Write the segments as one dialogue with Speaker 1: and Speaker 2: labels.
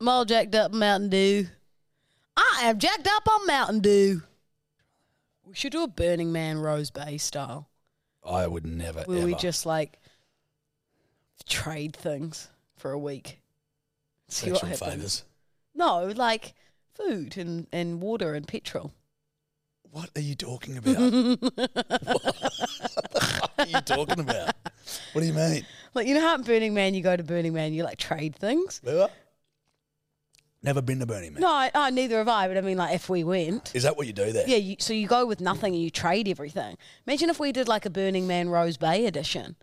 Speaker 1: I'm all jacked up Mountain Dew. I am jacked up on Mountain Dew. We should do a Burning Man Rose Bay style.
Speaker 2: I would never.
Speaker 1: Where
Speaker 2: ever.
Speaker 1: we just like trade things for a week. See what
Speaker 2: sexual
Speaker 1: happens.
Speaker 2: favors?
Speaker 1: No, like food and, and water and petrol.
Speaker 2: What are you talking about? what are you talking about? What do you mean?
Speaker 1: Like you know how at Burning Man you go to Burning Man, you like trade things?
Speaker 2: Never? Never been to Burning Man.
Speaker 1: No, I, oh, neither have I, but I mean like if we went.
Speaker 2: Is that what you do there?
Speaker 1: Yeah, you, so you go with nothing and you trade everything. Imagine if we did like a Burning Man Rose Bay edition,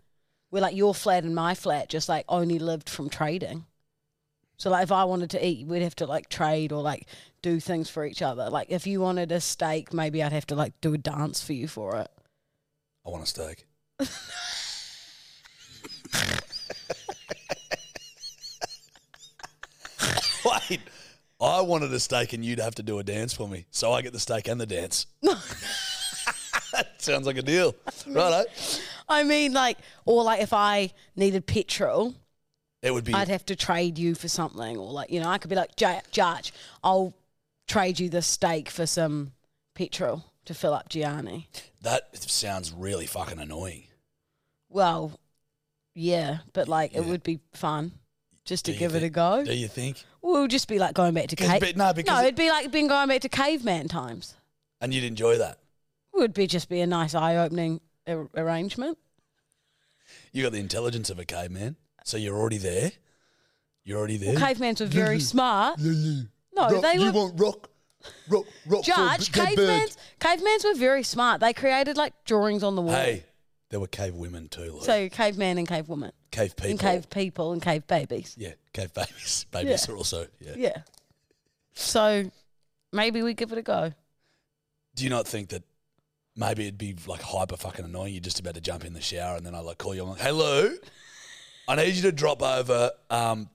Speaker 1: where like your flat and my flat just like only lived from trading. So like if I wanted to eat, we'd have to like trade or like do things for each other. Like if you wanted a steak, maybe I'd have to like do a dance for you for it.
Speaker 2: I want a steak. Wait, I wanted a steak and you'd have to do a dance for me. So I get the steak and the dance. Sounds like a deal. Righto.
Speaker 1: I mean like or like if I needed petrol,
Speaker 2: It would be
Speaker 1: I'd have to trade you for something, or like you know, I could be like, "Ja- Judge, I'll trade you this steak for some petrol to fill up Gianni.
Speaker 2: that sounds really fucking annoying.
Speaker 1: Well, yeah, but like it
Speaker 2: Yeah.
Speaker 1: would be fun just to
Speaker 2: Do you
Speaker 1: give it a
Speaker 2: think-
Speaker 1: go.
Speaker 2: Do you think?
Speaker 1: We'll just be like going back to
Speaker 2: 'Cause
Speaker 1: cave.
Speaker 2: be- no, because-
Speaker 1: it'd be like being going back to caveman times.
Speaker 2: And you'd enjoy that.
Speaker 1: It would be just be a nice eye-opening ar- arrangement.
Speaker 2: You got the intelligence of a caveman, so you're already there. You're already there.
Speaker 1: Well, cavemans were very smart. No, they were.
Speaker 2: rock, rock, rock.
Speaker 1: Judge, cavemans, cavemans were very smart. They created like drawings on the wall.
Speaker 2: Hey, there were cave women too, like
Speaker 1: So caveman and cavewoman.
Speaker 2: cave people.
Speaker 1: and cave people and cave babies.
Speaker 2: Yeah, cave babies. Babies
Speaker 1: Yeah.
Speaker 2: are also. Yeah.
Speaker 1: Yeah. So maybe we give it a go.
Speaker 2: Do you not think that maybe it'd be like hyper fucking annoying? You're just about to jump in the shower, and then I like call you. I'm like, hello, I need you to drop over um,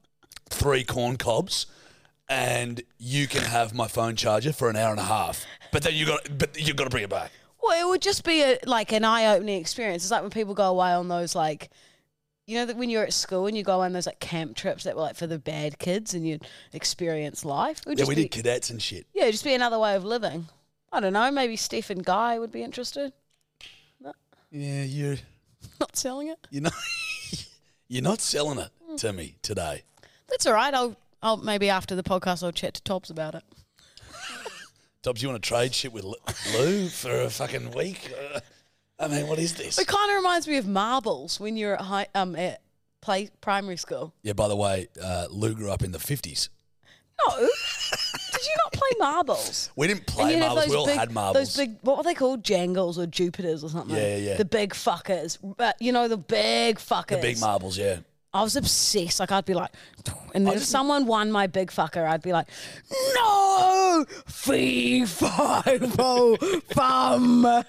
Speaker 2: three corn cobs. And you can have my phone charger for an hour and a half, but then you got, but you got to bring it back.
Speaker 1: Well, it would just be a, like an eye-opening experience. It's like when people go away on those like, you know, that when you're at school and you go on those like camp trips that were like for the bad kids and you experience life. It would
Speaker 2: Yeah,
Speaker 1: just
Speaker 2: we
Speaker 1: be,
Speaker 2: did cadets and shit.
Speaker 1: Yeah, it'd just be another way of living. I don't know. Maybe Steph and Guy would be interested.
Speaker 2: Yeah, you're
Speaker 1: Not selling it.
Speaker 2: you're not you're not selling it to me today.
Speaker 1: That's all right. I'll, I'll maybe after the podcast I'll chat to Tobbs about it.
Speaker 2: Dobbs, you want to trade shit with Lu- Lou for a fucking week? Uh, I mean, what is this?
Speaker 1: It kind of reminds me of marbles when you're at high, um at play primary school.
Speaker 2: Yeah, by the way, uh, Lou grew up in the fifties.
Speaker 1: No. Did you not play marbles?
Speaker 2: We didn't
Speaker 1: And
Speaker 2: play
Speaker 1: you'd have
Speaker 2: marbles. We
Speaker 1: those
Speaker 2: all
Speaker 1: big-
Speaker 2: had marbles.
Speaker 1: Those big, what were they called? Jangles or Jupiters or something?
Speaker 2: Yeah, yeah, yeah.
Speaker 1: The big fuckers. But, you know, the big fuckers.
Speaker 2: the big marbles, yeah.
Speaker 1: I was obsessed. Like, I'd be like, and
Speaker 2: I
Speaker 1: if
Speaker 2: just-
Speaker 1: someone won my big fucker, I'd be like, no, fee, fi, fo, fum.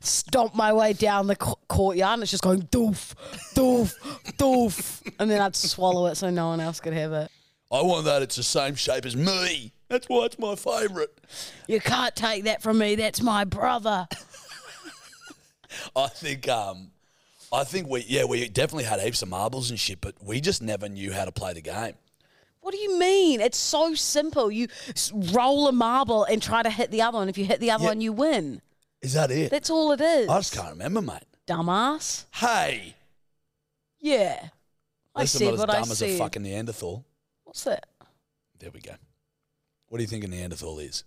Speaker 1: Stomp my way down the co- courtyard and it's just going doof, doof, doof. And then I'd swallow it so no one else could have it.
Speaker 2: I want that. It's the same shape as me. That's why it's my favourite.
Speaker 1: You can't take that from me. That's my brother.
Speaker 2: I think. um I think we yeah we definitely had heaps of marbles and shit, but we just never knew how to play the game.
Speaker 1: What do you mean? It's so simple. You s- roll a marble and try to hit the other one. If you hit the other
Speaker 2: Yeah.
Speaker 1: one, you win.
Speaker 2: Is that it?
Speaker 1: That's all it is.
Speaker 2: I just can't remember, mate.
Speaker 1: Dumbass.
Speaker 2: Hey,
Speaker 1: Yeah. I
Speaker 2: least I'm
Speaker 1: said
Speaker 2: not as
Speaker 1: what I
Speaker 2: dumb as a
Speaker 1: said.
Speaker 2: fucking Neanderthal.
Speaker 1: What's that?
Speaker 2: There we go. What do you think a Neanderthal is?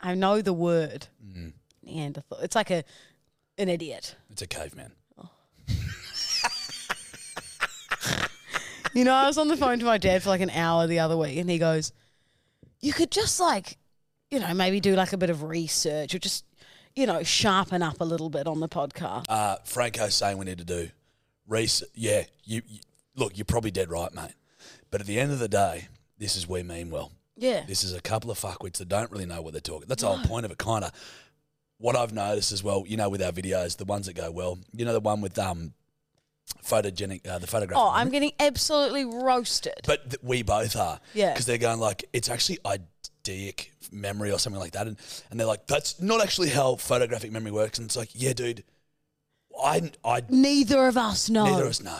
Speaker 1: I know the word
Speaker 2: Mm,
Speaker 1: Neanderthal. It's like a an idiot.
Speaker 2: it's a caveman.
Speaker 1: You know, I was on the phone to my dad for like an hour the other week, and he goes, "You could just like, you know, maybe do like a bit of research or just, you know, sharpen up a little bit on the podcast."
Speaker 2: Uh, Franco's saying we need to do. Reese, yeah, you, you look, you're probably dead right, mate. But at the end of the day, this is we mean well.
Speaker 1: Yeah,
Speaker 2: This is a couple of fuckwits that don't really know what they're talking. That's the whole point of it, kind of. What I've noticed as well, you know, with our videos, the ones that go well, you know, the one with um, photogenic, uh, the photograph.
Speaker 1: Oh, I'm getting absolutely roasted.
Speaker 2: But th- we both are.
Speaker 1: Yeah.
Speaker 2: Because they're going like, it's actually ideic memory or something like that. And, and they're like, that's not actually how photographic memory works. And it's like, yeah, dude, I, I
Speaker 1: Neither of us know.
Speaker 2: neither of us know.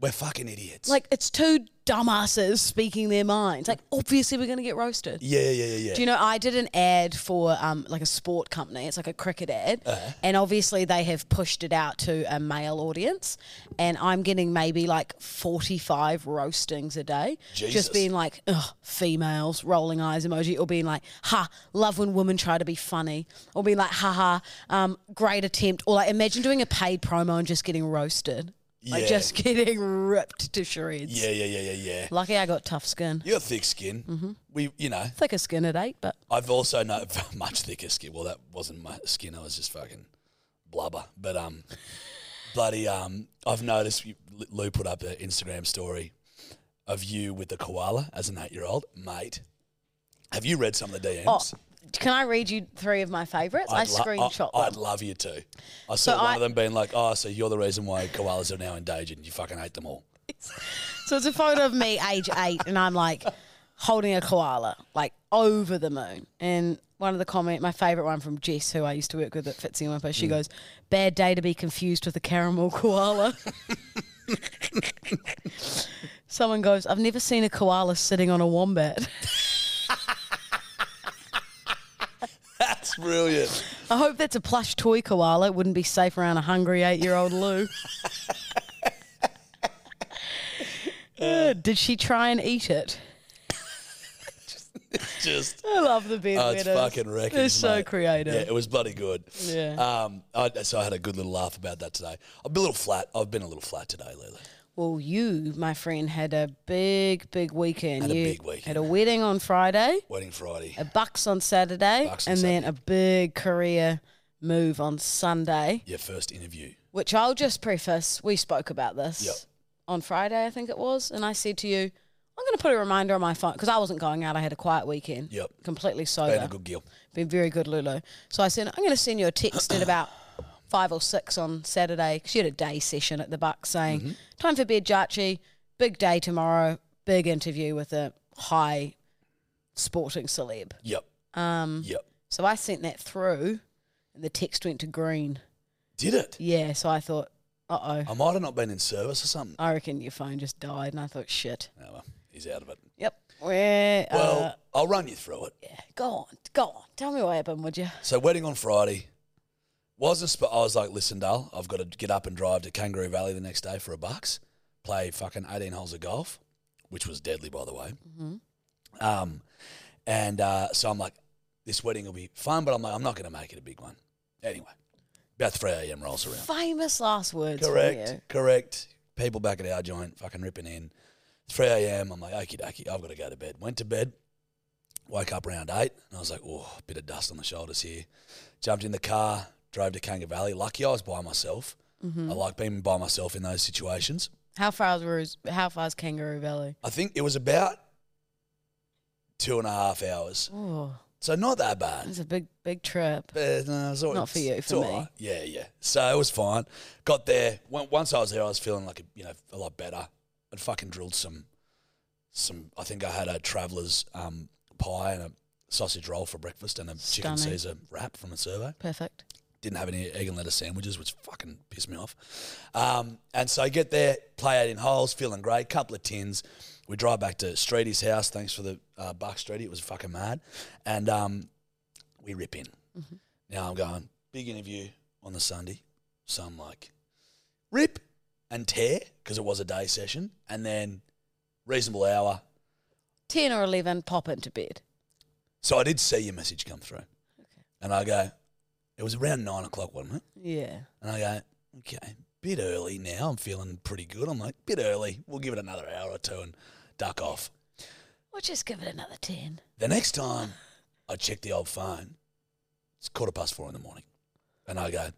Speaker 2: We're fucking idiots.
Speaker 1: Like, it's two dumbasses speaking their minds. Like, obviously, we're going to get roasted.
Speaker 2: yeah, yeah, yeah, yeah.
Speaker 1: Do you know, I did an ad for um, like a sport company. It's like a cricket ad.
Speaker 2: Uh-huh.
Speaker 1: And obviously, they have pushed it out to a male audience. And I'm getting maybe like 45 roastings a day.
Speaker 2: Jesus.
Speaker 1: Just being like, ugh, females, rolling eyes emoji, or being like, ha, love when women try to be funny, or being like, haha, um, great attempt. Or like, imagine doing a paid promo and just getting roasted. Like,
Speaker 2: Yeah.
Speaker 1: just getting ripped to shreds.
Speaker 2: yeah, yeah, yeah, yeah, yeah.
Speaker 1: Lucky I got tough skin.
Speaker 2: You're thick skin.
Speaker 1: Mm-hmm.
Speaker 2: We, you know,
Speaker 1: Thicker skin at eight, but
Speaker 2: I've also known much thicker skin. Well, that wasn't my skin. I was just fucking blubber. But um, bloody um, I've noticed you, Lou put up an Instagram story of you with the koala as an eight-year-old mate. Have you read some of the DMs?
Speaker 1: Oh, can I read you three of my favorites? I
Speaker 2: I'd lo-
Speaker 1: screenshot
Speaker 2: I, would
Speaker 1: them.
Speaker 2: love you to. I saw one
Speaker 1: I-
Speaker 2: of them being like, "Oh, so you're the reason why koalas are now endangered. and You fucking hate them all."
Speaker 1: so it's a photo of me, age eight, and I'm like holding a koala, like over the moon. And one of the comment, my favorite one from Jess, who I used to work with at Fitzy and
Speaker 2: Mm.
Speaker 1: Whimper, she goes, "Bad day to be confused with a caramel koala." Someone goes, "I've never seen a koala sitting on a wombat."
Speaker 2: That's brilliant.
Speaker 1: I hope that's a plush toy koala. It wouldn't be safe around a hungry eight year old Lou. Uh, Did she try and eat it?
Speaker 2: Just
Speaker 1: I love the bed
Speaker 2: Oh, it's fucking wreckage.
Speaker 1: They're so
Speaker 2: mate.
Speaker 1: creative.
Speaker 2: Yeah, it was bloody good.
Speaker 1: Yeah.
Speaker 2: Um, I, so I had a good little laugh about that today. I've been a little flat. I've been a little flat today, Lily.
Speaker 1: Well, you, my friend, had a big, big weekend.
Speaker 2: Had a
Speaker 1: you
Speaker 2: big weekend.
Speaker 1: Had a wedding on Friday,
Speaker 2: Wedding Friday.
Speaker 1: a bucks on Saturday,
Speaker 2: Bucks on
Speaker 1: and then a big career move on Sunday,
Speaker 2: Your first interview.
Speaker 1: which I'll just preface. We spoke about this
Speaker 2: Yep.
Speaker 1: on Friday, I think it was, and I said to you, I'm going to put a reminder on my phone because I wasn't going out. I had a quiet weekend.
Speaker 2: Yep.
Speaker 1: Completely sober.
Speaker 2: Been a good deal.
Speaker 1: Been very good, Lulu. So I said, I'm going to send you a text at about five or six on Saturday. 'cause She had a day session at the Buck saying,
Speaker 2: Mm-hmm.
Speaker 1: time for bed, Jarchi. Big day tomorrow. Big interview with a high sporting celeb.
Speaker 2: Yep.
Speaker 1: Um,
Speaker 2: Yep.
Speaker 1: So I sent that through and the text went to green.
Speaker 2: Did it?
Speaker 1: Yeah. So I thought, uh oh.
Speaker 2: I might have not been in service or something.
Speaker 1: I reckon your phone just died. And I thought, shit.
Speaker 2: Oh, well, he's out of it.
Speaker 1: Yep. Where?
Speaker 2: Well,
Speaker 1: uh,
Speaker 2: I'll run you through it.
Speaker 1: yeah. Go on. Go on. Tell me what happened, would you?
Speaker 2: So wedding on Friday. Wasn't sp- I was like, listen, Dale, I've got to get up and drive to Kangaroo Valley the next day for a bucks, play fucking eighteen holes of golf, which was deadly by the way. Um, and uh, so I'm like, this wedding will be fun, but I'm like, I'm not going to make it a big one. Anyway, about three a.m. rolls around.
Speaker 1: Famous last words. from you.
Speaker 2: Correct, correct. People back at our joint fucking ripping in. 3 a.m. I'm like, okie dokie, I've got to go to bed. Went to bed, woke up around 8, and I was like, oh, bit of dust on the shoulders here. Jumped in the car, drove to Kanga Valley. Lucky I was by myself. I like being by myself in those situations.
Speaker 1: How far is Roos- how far is Kangaroo Valley?
Speaker 2: I think it was about two and a half hours.
Speaker 1: Oh,
Speaker 2: So not that bad.
Speaker 1: it's a big big trip.
Speaker 2: But, no, it's all-
Speaker 1: Not for you,
Speaker 2: it's
Speaker 1: for
Speaker 2: all
Speaker 1: me.
Speaker 2: right. Yeah, yeah. So it was fine. Got there. When, once I was there, I was feeling like a, you know a lot better. I'd fucking drilled some, some. I think I had a traveller's um, pie and a sausage roll for breakfast and a chicken
Speaker 1: Stunning.
Speaker 2: Caesar wrap from a survey.
Speaker 1: Perfect.
Speaker 2: Didn't have any egg and lettuce sandwiches, which fucking pissed me off. Um, and so I get there, play out in holes, feeling great. Couple of tins. We drive back to Streety's house. Thanks for the uh, buck, Streety. It was fucking mad. And um, we rip in. Now I'm going, big interview on the Sunday. So I'm like, rip. and tear because it was a day session, and then reasonable hour.
Speaker 1: 10 or 11, pop into bed.
Speaker 2: So I did see your message come through, and I go, it was around nine o'clock, wasn't it?
Speaker 1: Yeah.
Speaker 2: And I go, okay, bit early now. I'm feeling pretty good. I'm like, bit early. We'll give it another hour or two and duck off.
Speaker 1: We'll just give it another 10.
Speaker 2: The next time I check the old phone, it's quarter past four in the morning. And I go,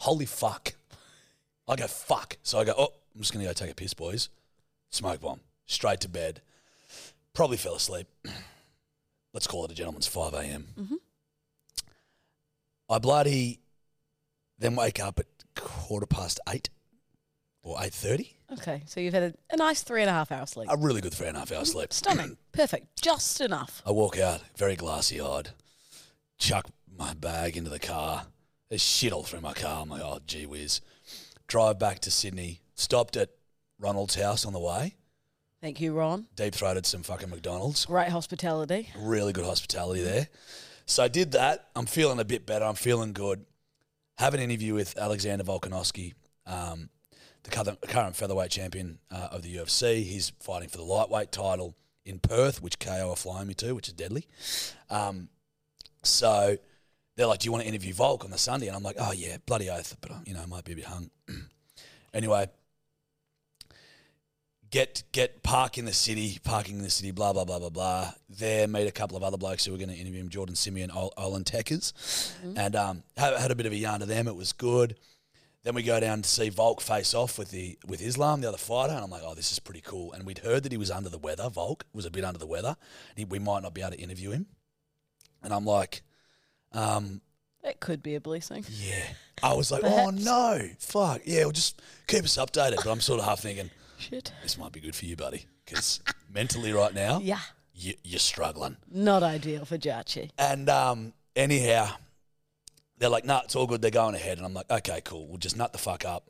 Speaker 2: holy fuck. I go, fuck. So I go, oh, I'm just going to go take a piss, boys. Smoke bomb. Straight to bed. Probably fell asleep. Let's call it a gentleman's 5 a.m. I bloody then wake up at quarter past eight or 8.30.
Speaker 1: Okay, so you've had a, a nice three and a half hour sleep.
Speaker 2: A really good three and a half hour sleep.
Speaker 1: Stunning. Perfect. Just enough.
Speaker 2: I walk out, very glassy eyed, chuck my bag into the car. There's shit all through my car. I'm like, oh, gee whiz. Drive back to Sydney, stopped at Ronald's house on the way,
Speaker 1: Thank you, Ron.
Speaker 2: deep throated some fucking McDonald's.
Speaker 1: Great hospitality.
Speaker 2: Really good hospitality there. So I did that. I'm feeling a bit better. I'm feeling good. Have an interview with Alexander Volkanovski, um, the cur- current featherweight champion uh, of the UFC. He's fighting for the lightweight title in Perth, which KO are flying me to, which is deadly. Um, so they're like, "Do you want to interview Volk on the Sunday?" And I'm like, "Oh yeah, bloody oath," but I, you know, I might be a bit hung. anyway, get get park in the city, parking in the city, blah blah blah blah blah. There, meet a couple of other blokes who were going to interview him, Jordan Simeon, Ol- Olin Teckers, and um, had, had a bit of a yarn to them. It was good. Then we go down to see Volk face off with the with Islam, the other fighter, and I'm like, oh, this is pretty cool. And we'd heard that he was under the weather. Volk was a bit under the weather. He, we might not be able to interview him. And I'm like, um,
Speaker 1: That could be a blessing.
Speaker 2: yeah. I was like, oh
Speaker 1: Perhaps.
Speaker 2: no, fuck. Yeah, well, just keep us updated. But I'm sort of half thinking,
Speaker 1: Shit.
Speaker 2: this might be good for you, buddy, because mentally right now,
Speaker 1: Yeah.
Speaker 2: you, you're struggling.
Speaker 1: Not ideal for Jachi.
Speaker 2: And um, anyhow, they're like, nah, it's all good. They're going ahead. And I'm like, okay, cool. We'll just nut the fuck up.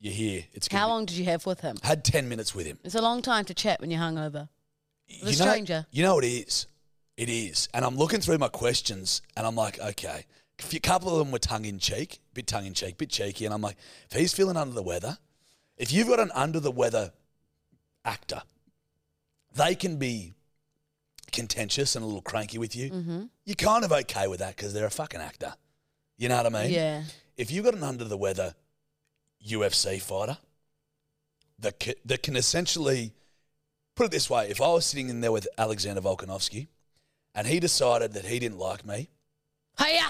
Speaker 2: You're here. It's gonna
Speaker 1: How
Speaker 2: be-"
Speaker 1: long did you have with him?
Speaker 2: Had 10 minutes with him.
Speaker 1: It's a long time to chat when you're hungover. With a
Speaker 2: know-
Speaker 1: stranger.
Speaker 2: You know, it is. It is. And I'm looking through my questions and I'm like, okay. A few- couple of them were tongue in cheek, bit tongue in cheek, bit cheeky. And I'm like, if he's feeling under the weather, if you've got an under the weather actor, they can be contentious and a little cranky with you.
Speaker 1: Mm-hmm.
Speaker 2: You're kind of okay with that because they're a fucking actor. You know what I mean?
Speaker 1: Yeah.
Speaker 2: if you've got an under the weather UFC fighter that can, that can essentially put it this way, if I was sitting in there with Alexander Volkanovski and he decided that he didn't like me,
Speaker 1: Hiya!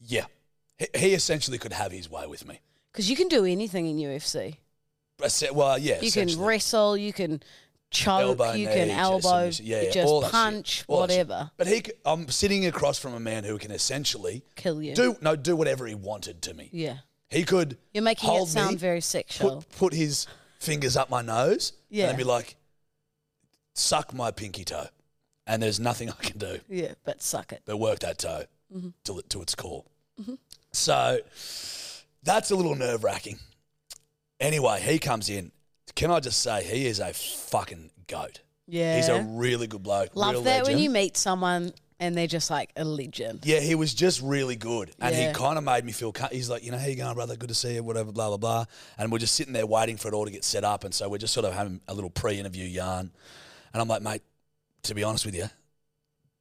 Speaker 2: yeah, he, he essentially could have his way with me.
Speaker 1: Because you can do anything in UFC.
Speaker 2: I said, well, yeah,
Speaker 1: you can
Speaker 2: essentially.
Speaker 1: wrestle, you can choke,
Speaker 2: Elbow,
Speaker 1: you
Speaker 2: knee,
Speaker 1: can
Speaker 2: just
Speaker 1: elbow,
Speaker 2: submission. yeah,
Speaker 1: you
Speaker 2: yeah,
Speaker 1: just
Speaker 2: all that shit.
Speaker 1: punch,
Speaker 2: All that shit.
Speaker 1: whatever.
Speaker 2: But he, c- I'm sitting across from a man who can essentially
Speaker 1: Kill you.
Speaker 2: do no do whatever he wanted to me.
Speaker 1: Yeah.
Speaker 2: He could
Speaker 1: You're making
Speaker 2: hold
Speaker 1: it sound
Speaker 2: me,
Speaker 1: very sexual.
Speaker 2: put, put his fingers up my nose
Speaker 1: Yeah.
Speaker 2: and then be like, suck my pinky toe. And there's nothing I can do
Speaker 1: yeah, but suck it.
Speaker 2: but work that toe
Speaker 1: Mm-hmm.
Speaker 2: till it to its core. So that's a little nerve wracking. Anyway, he comes in. Can I just say, he is a fucking goat.
Speaker 1: Yeah.
Speaker 2: He's a really good bloke.
Speaker 1: Love
Speaker 2: real
Speaker 1: that when
Speaker 2: legend.
Speaker 1: you meet someone and they're just like a legend.
Speaker 2: Yeah, he was just really good, and he
Speaker 1: Yeah.
Speaker 2: kind of made me feel. cu- He's like, you know, how you going, brother? Good to see you. Whatever, blah blah blah. And we're just sitting there waiting for it all to get set up, and so we're just sort of having a little pre-interview yarn. And I'm like, mate, to be honest with you,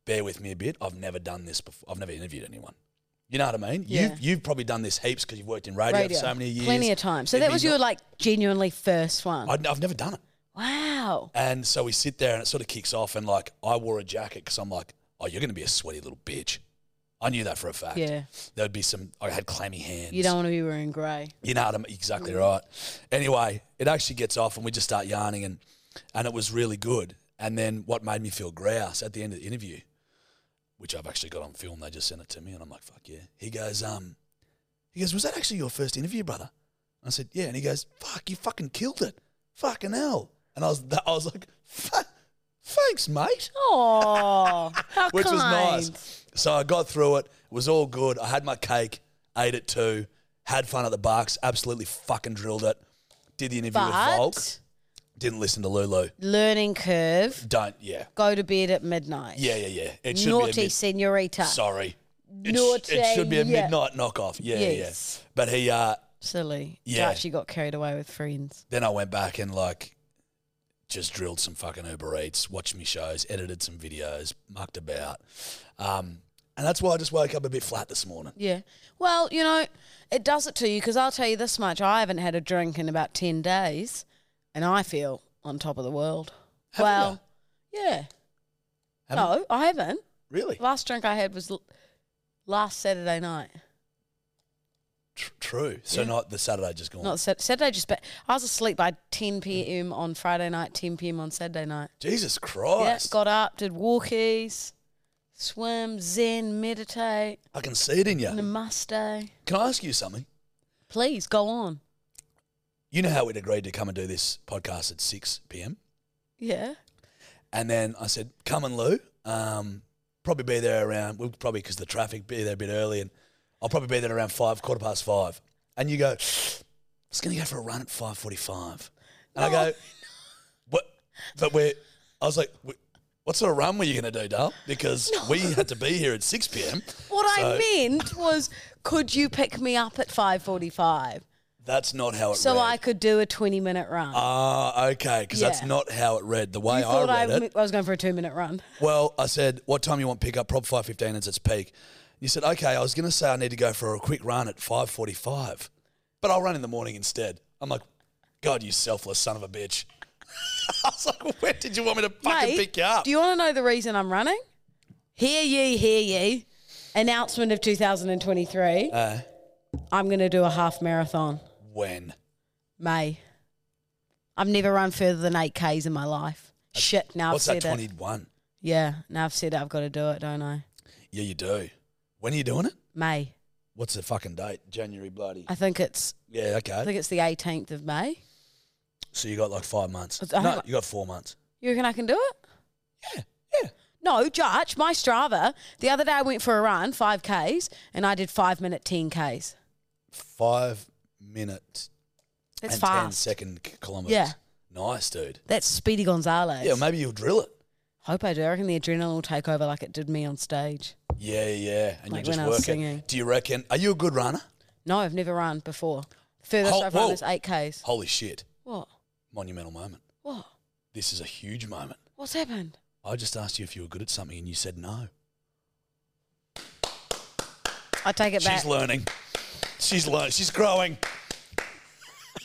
Speaker 2: bear with me a bit. I've never done this before. I've never interviewed anyone. You know what I mean?
Speaker 1: Yeah.
Speaker 2: You've you've probably done this heaps because you've worked in radio, for so many years,
Speaker 1: Plenty of times. So
Speaker 2: It'd
Speaker 1: that
Speaker 2: be
Speaker 1: was your like genuinely first one.
Speaker 2: I'd, I've never done it.
Speaker 1: wow.
Speaker 2: And so we sit there and it sort of kicks off. And like, I wore a jacket because I'm like, oh, you're going to be a sweaty little bitch. I knew that for a fact.
Speaker 1: Yeah.
Speaker 2: There'd be some, I had clammy hands.
Speaker 1: You don't want to be wearing grey.
Speaker 2: You know what I'm exactly right. Anyway, it actually gets off and we just start yarning and, and it was really good. And then what made me feel grouse at the end of the interview, which I've actually got on film, they just sent it to me and I'm like, fuck yeah. He goes, um, he goes, was that actually your first interview, brother? I said, yeah. And he goes, fuck, you fucking killed it. Fucking hell. And I was, I was like, "Fa- thanks, mate
Speaker 1: Oh, how
Speaker 2: which
Speaker 1: kind.
Speaker 2: was nice. So I got through it. It was all good. I had my cake, ate it too, had fun at the Barks, absolutely fucking drilled it. Did the interview with Volk.
Speaker 1: But
Speaker 2: Didn't listen to Lulu.
Speaker 1: learning curve.
Speaker 2: Don't, yeah.
Speaker 1: Go to bed at midnight.
Speaker 2: Yeah, yeah, yeah. It should be
Speaker 1: Naughty
Speaker 2: a mid-
Speaker 1: senorita.
Speaker 2: Sorry. It, sh-
Speaker 1: Naughty,
Speaker 2: it should be a
Speaker 1: yeah.
Speaker 2: midnight knockoff. Yeah, yeah,
Speaker 1: Yes.
Speaker 2: yeah. But he, uh,
Speaker 1: silly. It's
Speaker 2: Yeah.
Speaker 1: like she got carried away with friends.
Speaker 2: Then I went back and like just drilled some fucking Uber Eats, watched me shows, edited some videos, mucked about. Um, and that's why I just woke up a bit flat this morning.
Speaker 1: Yeah. Well, you know, it does it to you because I'll tell you this much: I haven't had a drink in about ten days, and I feel on top of the world.
Speaker 2: Haven't
Speaker 1: well, yeah.
Speaker 2: Haven't-
Speaker 1: no, I haven't.
Speaker 2: Really?
Speaker 1: Last drink I had was l- last Saturday night.
Speaker 2: Tr- true. So
Speaker 1: Yeah.
Speaker 2: not Mm. the Saturday just gone.
Speaker 1: Not Sat- Saturday, just but I was asleep by 10 p.m. on Friday night, 10 p.m. on Saturday night.
Speaker 2: Jesus
Speaker 1: Yeah,
Speaker 2: Christ.
Speaker 1: got up, did walkies, swim, zen, meditate,
Speaker 2: I can see it in you.
Speaker 1: namaste.
Speaker 2: Can I ask you something?
Speaker 1: Please go on.
Speaker 2: You know how we'd agreed to come and do this podcast at 6 p.m.?
Speaker 1: Yeah.
Speaker 2: And then I said, come and Lou, um, probably be there around, we'll probably, because the traffic, be there a bit early. And I'll probably be there around five, quarter past five. And you go, it's going to go for a run at 5.45. And I
Speaker 1: No.
Speaker 2: go, what? But we're, I was like, "Wh- what sort of run were you going to do, Dale? Because we had to be here at 6 p.m.
Speaker 1: What
Speaker 2: So
Speaker 1: I meant was, could you pick me up at 5:45
Speaker 2: That's not how it
Speaker 1: so
Speaker 2: read.
Speaker 1: I could do a 20-minute run?
Speaker 2: Ah, okay, because that's
Speaker 1: Yeah.
Speaker 2: not how it read. The way
Speaker 1: you
Speaker 2: I
Speaker 1: thought I,
Speaker 2: read it,
Speaker 1: m- I was going for a two-minute run.
Speaker 2: Well, I said, what time you want pick up? Prob 5.15 is its peak. You said, okay, I was going to say I need to go for a quick run at 5.45, but I'll run in the morning instead. I'm like, God, you selfless son of a bitch. I was like, when did you want me to fucking
Speaker 1: Mate,
Speaker 2: pick you up?
Speaker 1: Do you want to know the reason I'm running? Hear ye, hear ye. Announcement of 2023.
Speaker 2: uh,
Speaker 1: I'm going to do a half marathon,
Speaker 2: when?
Speaker 1: May. I've never run further than 8Ks in my life. Shit, now
Speaker 2: What's
Speaker 1: I've
Speaker 2: that,
Speaker 1: said it.
Speaker 2: 21?
Speaker 1: Yeah, now I've said it, I've got to do it, don't I?
Speaker 2: Yeah, you do. When are you doing it?
Speaker 1: May.
Speaker 2: What's the fucking date? January bloody.
Speaker 1: I think it's
Speaker 2: Yeah,
Speaker 1: I
Speaker 2: okay.
Speaker 1: think it's the 18th of May.
Speaker 2: So you got like five months.
Speaker 1: I
Speaker 2: No,
Speaker 1: haven't-
Speaker 2: you got four months.
Speaker 1: You reckon I can do it?
Speaker 2: Yeah, yeah.
Speaker 1: No, judge, my Strava. The other day I went for a run, 5Ks, and I did 5 minute 10Ks.
Speaker 2: Five minute
Speaker 1: That's
Speaker 2: and ten
Speaker 1: fast.
Speaker 2: second k- kilometers.
Speaker 1: Yeah.
Speaker 2: Nice, dude.
Speaker 1: That's Speedy Gonzalez.
Speaker 2: Yeah, maybe you'll drill it.
Speaker 1: Hope I do. I reckon the adrenaline will take over like it did me on stage.
Speaker 2: Yeah, yeah. And
Speaker 1: Like
Speaker 2: you
Speaker 1: when
Speaker 2: just
Speaker 1: I was
Speaker 2: work
Speaker 1: singing.
Speaker 2: it. Do you reckon? Are you a good runner?
Speaker 1: No, I've never run before. Furthest
Speaker 2: Ho-
Speaker 1: I've run
Speaker 2: whoa.
Speaker 1: is 8Ks.
Speaker 2: Holy shit.
Speaker 1: What?
Speaker 2: Monumental moment.
Speaker 1: What?
Speaker 2: This is a huge moment.
Speaker 1: What's happened?
Speaker 2: I just asked you if you were good at something and you said no.
Speaker 1: I take it back.
Speaker 2: She's learning. She's learning. She's growing.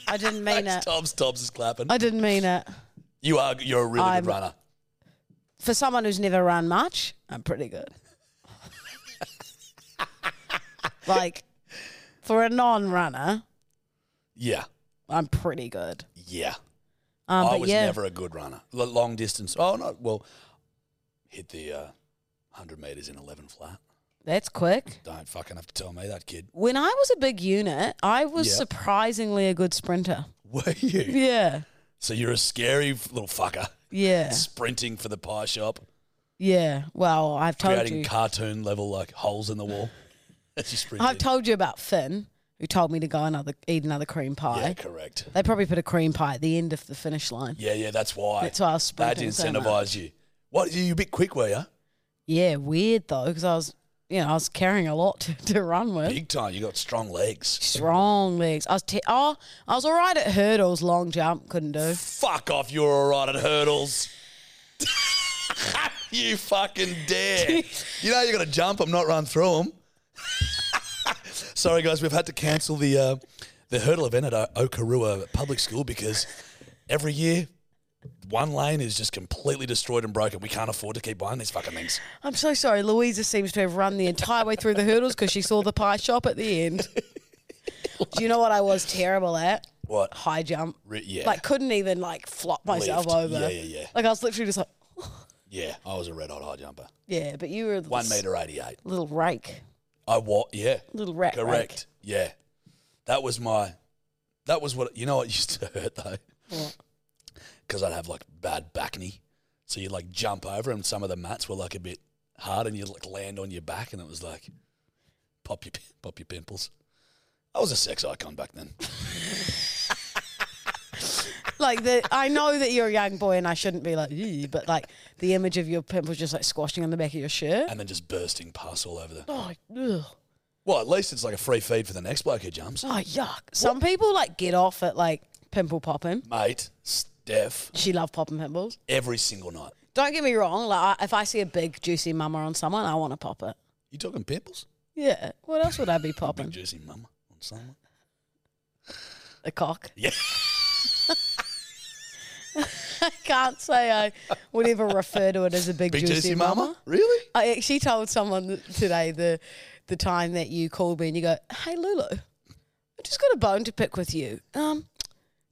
Speaker 1: I didn't mean
Speaker 2: Thanks,
Speaker 1: it.
Speaker 2: Tom's. Tom's is clapping.
Speaker 1: I didn't mean it.
Speaker 2: you are. You're a really
Speaker 1: I'm-
Speaker 2: good runner.
Speaker 1: For someone who's never run much, I'm pretty good. like, for a non-runner,
Speaker 2: Yeah,
Speaker 1: I'm pretty good.
Speaker 2: yeah.
Speaker 1: Um,
Speaker 2: I
Speaker 1: but
Speaker 2: was
Speaker 1: yeah,
Speaker 2: never a good runner. L- long distance. Oh no. Well, hit the uh, hundred meters in eleven flat.
Speaker 1: that's quick.
Speaker 2: Don't fucking have to tell me that, kid.
Speaker 1: When I was a big unit, I was
Speaker 2: Yeah.
Speaker 1: surprisingly a good sprinter.
Speaker 2: Were you?
Speaker 1: Yeah,
Speaker 2: So you're a scary little fucker.
Speaker 1: yeah,
Speaker 2: Sprinting for the pie shop.
Speaker 1: yeah. Well, I've told
Speaker 2: creating
Speaker 1: you.
Speaker 2: cartoon level like holes in the wall. As you sprint
Speaker 1: I've
Speaker 2: in.
Speaker 1: told you about Finn, who told me to go another eat another cream pie.
Speaker 2: Yeah, correct.
Speaker 1: They probably put a cream pie at the end of the finish line.
Speaker 2: Yeah, yeah, that's why.
Speaker 1: That's why I was
Speaker 2: They had to
Speaker 1: sprinting so
Speaker 2: incentivize you. What? You a bit quick, were you?
Speaker 1: Yeah, weird though, because I was, you know, I was carrying a lot to, to run with.
Speaker 2: Big time. You got strong legs.
Speaker 1: Strong legs. I was te- oh, I was all right at hurdles, long jump, couldn't do.
Speaker 2: Fuck off. You're all right at hurdles. you fucking dare. you know you got to jump. I'm not run through them. Sorry, guys. We've had to cancel the uh, the hurdle event at uh, Okarua Public School because every year. One lane is just completely destroyed and broken. We can't afford to keep buying these fucking things.
Speaker 1: I'm so sorry. Louisa seems to have run the entire way through the hurdles because she saw the pie shop at the end. do you know what I was terrible at?
Speaker 2: What?
Speaker 1: High jump.
Speaker 2: Re- yeah.
Speaker 1: Like couldn't even like flop myself
Speaker 2: Lift.
Speaker 1: over.
Speaker 2: Yeah, yeah, yeah.
Speaker 1: Like I was literally just like,
Speaker 2: Yeah, I was a red hot high jumper.
Speaker 1: yeah. But you were the
Speaker 2: One meter eighty eight.
Speaker 1: little rake,
Speaker 2: I what? Yeah,
Speaker 1: little rat. rake.
Speaker 2: correct. Yeah, that was my. That was what you know. What used to hurt though,
Speaker 1: What?
Speaker 2: because I'd have like bad back knee, so you'd like jump over, and some of the mats were like a bit hard, and you'd like land on your back, and it was like pop your pim- pop your pimples. I was a sex icon back then.
Speaker 1: like the I know that you're a young boy and I shouldn't be like, "Ew," but like the
Speaker 2: Uh,
Speaker 1: image of your pimples just like squashing on the back of your shirt.
Speaker 2: and then just bursting pus all over the.
Speaker 1: Oh, ugh.
Speaker 2: Well, at least it's like a free feed for the next bloke who jumps.
Speaker 1: Oh yuck! Some people like get off at like pimple popping.
Speaker 2: Mate, Steph,
Speaker 1: She love popping pimples.
Speaker 2: every single night.
Speaker 1: Don't get me wrong. Like I- if I see a big juicy mama on someone, I want to pop it.
Speaker 2: You talking pimples?
Speaker 1: Yeah. What else would I be
Speaker 2: Big
Speaker 1: popping?
Speaker 2: juicy mama on someone.
Speaker 1: A cock.
Speaker 2: Yeah.
Speaker 1: I can't say I would ever refer to it as a big,
Speaker 2: Big juicy, mama?
Speaker 1: mama.
Speaker 2: Really?
Speaker 1: I actually told someone th- today the the time that you called me and you go, "Hey Lulu, I just got a bone to pick with you. Um,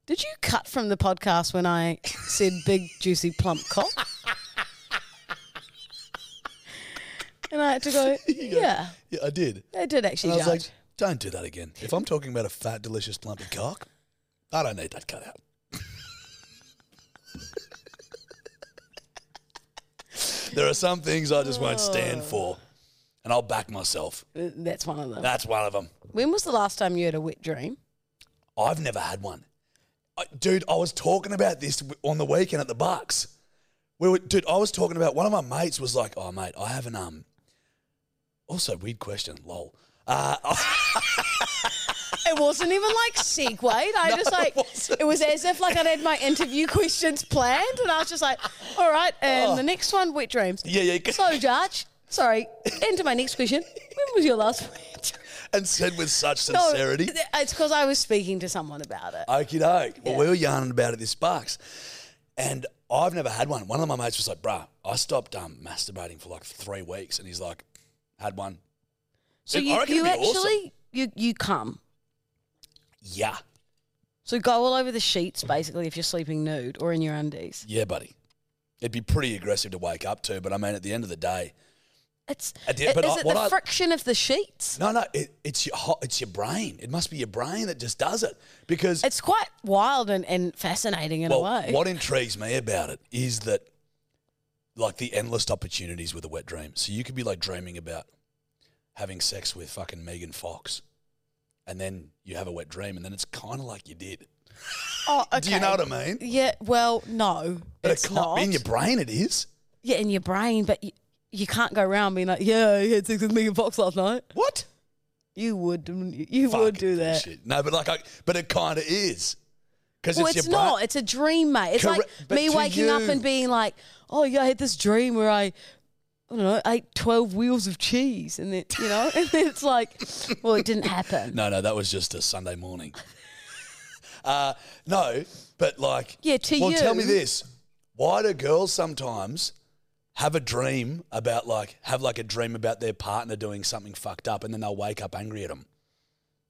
Speaker 1: did you cut from the podcast when I said big juicy plump cock?" and I had to go, "Yeah,
Speaker 2: Yeah, I did.
Speaker 1: I did actually."
Speaker 2: And I was
Speaker 1: judge.
Speaker 2: like, don't do that again. If I'm talking about a fat, delicious, plumpy cock, I don't need that cut out. there are some things I just won't
Speaker 1: Oh.
Speaker 2: stand for, and I'll back myself.
Speaker 1: Uh, "That's one of them."
Speaker 2: That's one of them.
Speaker 1: when was the last time you had a wet dream?
Speaker 2: I've never had one. I, dude, I was talking about this w- on the weekend at the Bucks. We were, dude, I was talking about one of my mates was like, "Oh, mate, I haven't." Um, also, weird question. Lol. Uh,
Speaker 1: It wasn't even like segued. I
Speaker 2: No,
Speaker 1: just like
Speaker 2: it wasn't.
Speaker 1: it was as if like I'd had my interview questions planned, and I was just like, "All right." And
Speaker 2: Oh.
Speaker 1: the next one, wet dreams.
Speaker 2: yeah, yeah.
Speaker 1: So, Judge, sorry. And to my next question, when was your last wet dream?
Speaker 2: and said with such
Speaker 1: No,
Speaker 2: sincerity.
Speaker 1: th- uh, it's because I was speaking to someone about it.
Speaker 2: Okey doke. Well, we were yarning about it this Sparks, and I've never had one. One of my mates was like, "Bruh, I stopped um, masturbating for like three weeks," and he's like, "Had one,
Speaker 1: So
Speaker 2: Dude, I
Speaker 1: you,
Speaker 2: reckon
Speaker 1: you
Speaker 2: it'd be
Speaker 1: actually
Speaker 2: awesome.
Speaker 1: you you come.
Speaker 2: yeah,
Speaker 1: So go all over the sheets basically if you're sleeping nude or in your undies.
Speaker 2: yeah, buddy." It'd be pretty aggressive to wake up to, but I mean, at the end of the day,
Speaker 1: It's
Speaker 2: I did, but
Speaker 1: is
Speaker 2: I-
Speaker 1: it
Speaker 2: what
Speaker 1: the
Speaker 2: I-
Speaker 1: friction of the sheets?
Speaker 2: no, no, it, it's your ho- it's your brain. It must be your brain that just does it because
Speaker 1: It's quite wild and, and fascinating in a way.
Speaker 2: What intrigues me about it is that, like, the endless opportunities with a wet dream. So you could be like dreaming about having sex with fucking Megan Fox, and then you have a wet dream, and then it's kind of like you did.
Speaker 1: oh,
Speaker 2: Do you know what I mean?
Speaker 1: Yeah. Well, no,
Speaker 2: But
Speaker 1: it's
Speaker 2: it can't
Speaker 1: not.
Speaker 2: be in your brain. It is.
Speaker 1: yeah, in your brain, but you, you can't go around being like, yeah, I had sex with Megan Fox last night.
Speaker 2: What?
Speaker 1: You would, wouldn't you You
Speaker 2: Fuck
Speaker 1: would do that.
Speaker 2: shit. No, but like, I, but it kind of is because
Speaker 1: Well,
Speaker 2: it's,
Speaker 1: it's,
Speaker 2: your
Speaker 1: not.
Speaker 2: brain.
Speaker 1: It's a dream, mate. It's
Speaker 2: Correct,
Speaker 1: like
Speaker 2: but
Speaker 1: me
Speaker 2: to
Speaker 1: waking up
Speaker 2: you-
Speaker 1: and being like, "Oh yeah, I had this dream where I, I don't know, ate twelve wheels of cheese," and then you know, and then it's like, well, it didn't happen.
Speaker 2: No, no, that was just a Sunday morning. uh, no, but like,
Speaker 1: Yeah, to
Speaker 2: well, tell me
Speaker 1: you.
Speaker 2: this: Why do girls sometimes have a dream about like have like a dream about their partner doing something fucked up, and then they'll wake up angry at them?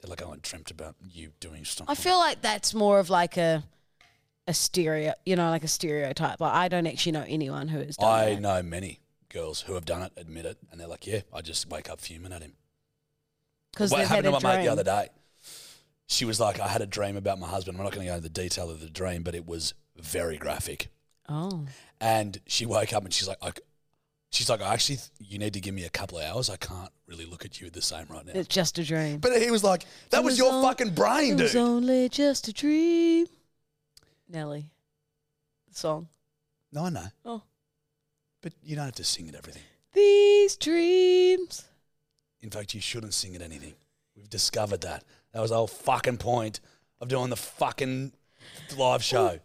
Speaker 2: They're like, "Oh, I dreamt about you doing something."
Speaker 1: I feel like that's more of like a, a stereo, you know, like a stereotype. Like I don't actually know anyone who has done
Speaker 2: I
Speaker 1: that.
Speaker 2: know many girls who have done it, admit it, and they're like, "Yeah, I just wake up fuming at him."
Speaker 1: because
Speaker 2: What
Speaker 1: they've had
Speaker 2: happened
Speaker 1: a
Speaker 2: to my
Speaker 1: dream.
Speaker 2: mate the other day? She was like, I had a dream about my husband. I'm not going to go into the detail of the dream, but it was very graphic.
Speaker 1: Oh,
Speaker 2: And she woke up and she's like, I, she's like, I actually, you need to give me a couple of hours. I can't really look at you the same right now.
Speaker 1: it's just a dream.
Speaker 2: But he was like, that
Speaker 1: It
Speaker 2: was
Speaker 1: was
Speaker 2: your
Speaker 1: all-
Speaker 2: fucking brain,
Speaker 1: it was
Speaker 2: dude.
Speaker 1: only just a dream. Nelly, the song.
Speaker 2: No, I know,
Speaker 1: Oh,
Speaker 2: but you don't have to sing at everything.
Speaker 1: these dreams.
Speaker 2: In fact, you shouldn't sing at anything. We've discovered that. That was the whole fucking point of doing the fucking live show.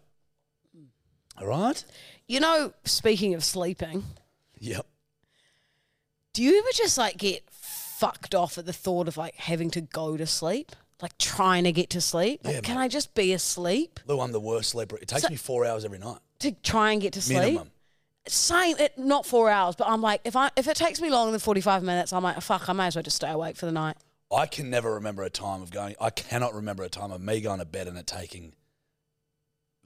Speaker 2: All right?
Speaker 1: You know, speaking of sleeping,
Speaker 2: Yep.
Speaker 1: do you ever just like get fucked off at the thought of like having to go to sleep? Like trying to get to sleep? Like,
Speaker 2: Yeah,
Speaker 1: can
Speaker 2: mate.
Speaker 1: I just be asleep
Speaker 2: Lou, I'm the worst sleeper. It takes
Speaker 1: So-
Speaker 2: me four hours every night.
Speaker 1: to try and get to sleep?
Speaker 2: Minimum.
Speaker 1: Same, it, not four hours, but I'm like, if I if it takes me longer than 45 minutes, I'm like, fuck, I may as well just stay awake for the night.
Speaker 2: I can never remember a time of going. I cannot remember a time of me going to bed and it taking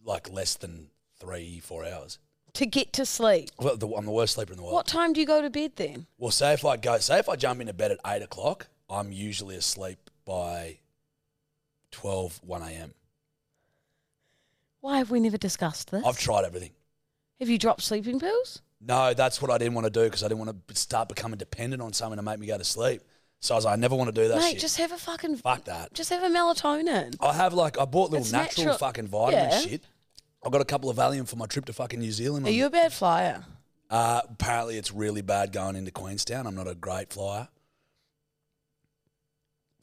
Speaker 2: like less than three, four hours.
Speaker 1: To get to sleep.
Speaker 2: Well, the, I'm the worst sleeper in the world.
Speaker 1: What time do you go to bed then?
Speaker 2: Well, say if I go, say if I jump into bed at eight o'clock, I'm usually asleep by 12, 1 a.m.
Speaker 1: Why have we never discussed this?
Speaker 2: I've tried everything.
Speaker 1: have you dropped sleeping pills?
Speaker 2: No, that's what I didn't want to do because I didn't want to start becoming dependent on someone to make me go to sleep. So I was like, I never want to do that
Speaker 1: Mate,
Speaker 2: shit.
Speaker 1: just have a fucking,
Speaker 2: Fuck that.
Speaker 1: just have a melatonin.
Speaker 2: I have like I bought little
Speaker 1: It's
Speaker 2: natural,
Speaker 1: natural-
Speaker 2: fucking vitamin
Speaker 1: yeah.
Speaker 2: shit. I got a couple of Valium for my trip to fucking New Zealand.
Speaker 1: Are
Speaker 2: on-
Speaker 1: you a bad flyer?
Speaker 2: Uh, apparently, it's really bad going into Queenstown. I'm not a great flyer.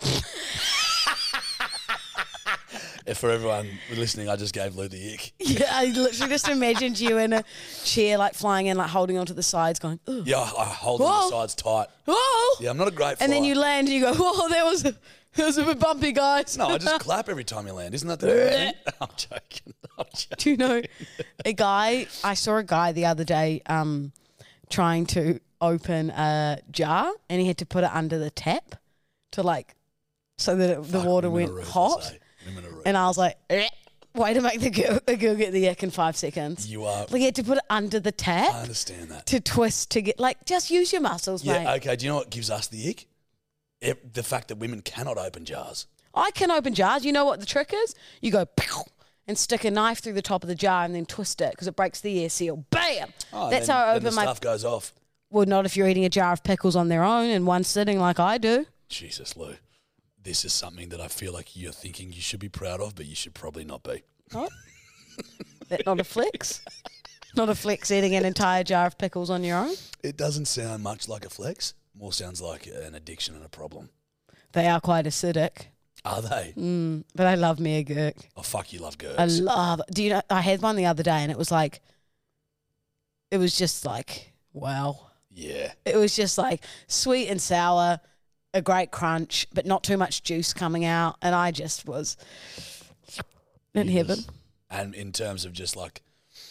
Speaker 2: If for everyone listening, I just gave Lou the ick.
Speaker 1: Yeah, I literally just imagined you in a chair, like flying in, like holding onto the sides, going, "Ugh,
Speaker 2: Yeah, I I hold on the
Speaker 1: Whoa.
Speaker 2: sides tight.
Speaker 1: oh.
Speaker 2: Yeah, I'm not a great
Speaker 1: and then
Speaker 2: flyer.
Speaker 1: you land and you go, whoa, that was, that was a bit bumpy, guys.
Speaker 2: No, I just clap every time you land. Isn't that the I'm joking. I'm joking.
Speaker 1: Do you know a guy? I saw a guy the other day um, trying to open a jar and he had to put it under the tap to like, so that it, the
Speaker 2: Fuck,
Speaker 1: water
Speaker 2: women
Speaker 1: went
Speaker 2: are ruthless,
Speaker 1: hot.
Speaker 2: eh? Women are ruthless.
Speaker 1: And I was like, "Eh, way to make the girl, the girl get the ick in five seconds.
Speaker 2: You are.
Speaker 1: Like, you had to put it under the tap
Speaker 2: I understand that.
Speaker 1: to twist to get, like, just use your muscles, mate.
Speaker 2: Yeah, okay. Do you know what gives us the ick? Ev- The fact that women cannot open jars.
Speaker 1: I can open jars. You know what the trick is? You go pow, and stick a knife through the top of the jar and then twist it because it breaks the air seal. Bam!
Speaker 2: Oh,
Speaker 1: That's
Speaker 2: then-
Speaker 1: how I
Speaker 2: then
Speaker 1: open
Speaker 2: the
Speaker 1: my.
Speaker 2: stuff goes off.
Speaker 1: Well, not if you're eating a jar of pickles on their own in one sitting like I do.
Speaker 2: Jesus, Lou. This is something that I feel like you're thinking you should be proud of, but you should probably not be.
Speaker 1: That not a flex. not a flex eating an entire jar of pickles on your own.
Speaker 2: It doesn't sound much like a flex. More sounds like an addiction and a problem.
Speaker 1: They are quite acidic,
Speaker 2: Are they?
Speaker 1: but I love me a gherk.
Speaker 2: Oh fuck, you love
Speaker 1: Mm. I
Speaker 2: girls.
Speaker 1: love. Do you know? I had one the other day, and it was like, it was just like wow.
Speaker 2: yeah.
Speaker 1: It was just like sweet and sour, a great crunch, but not too much juice coming out. And I just was in
Speaker 2: You
Speaker 1: heaven.
Speaker 2: was- And in terms of just like,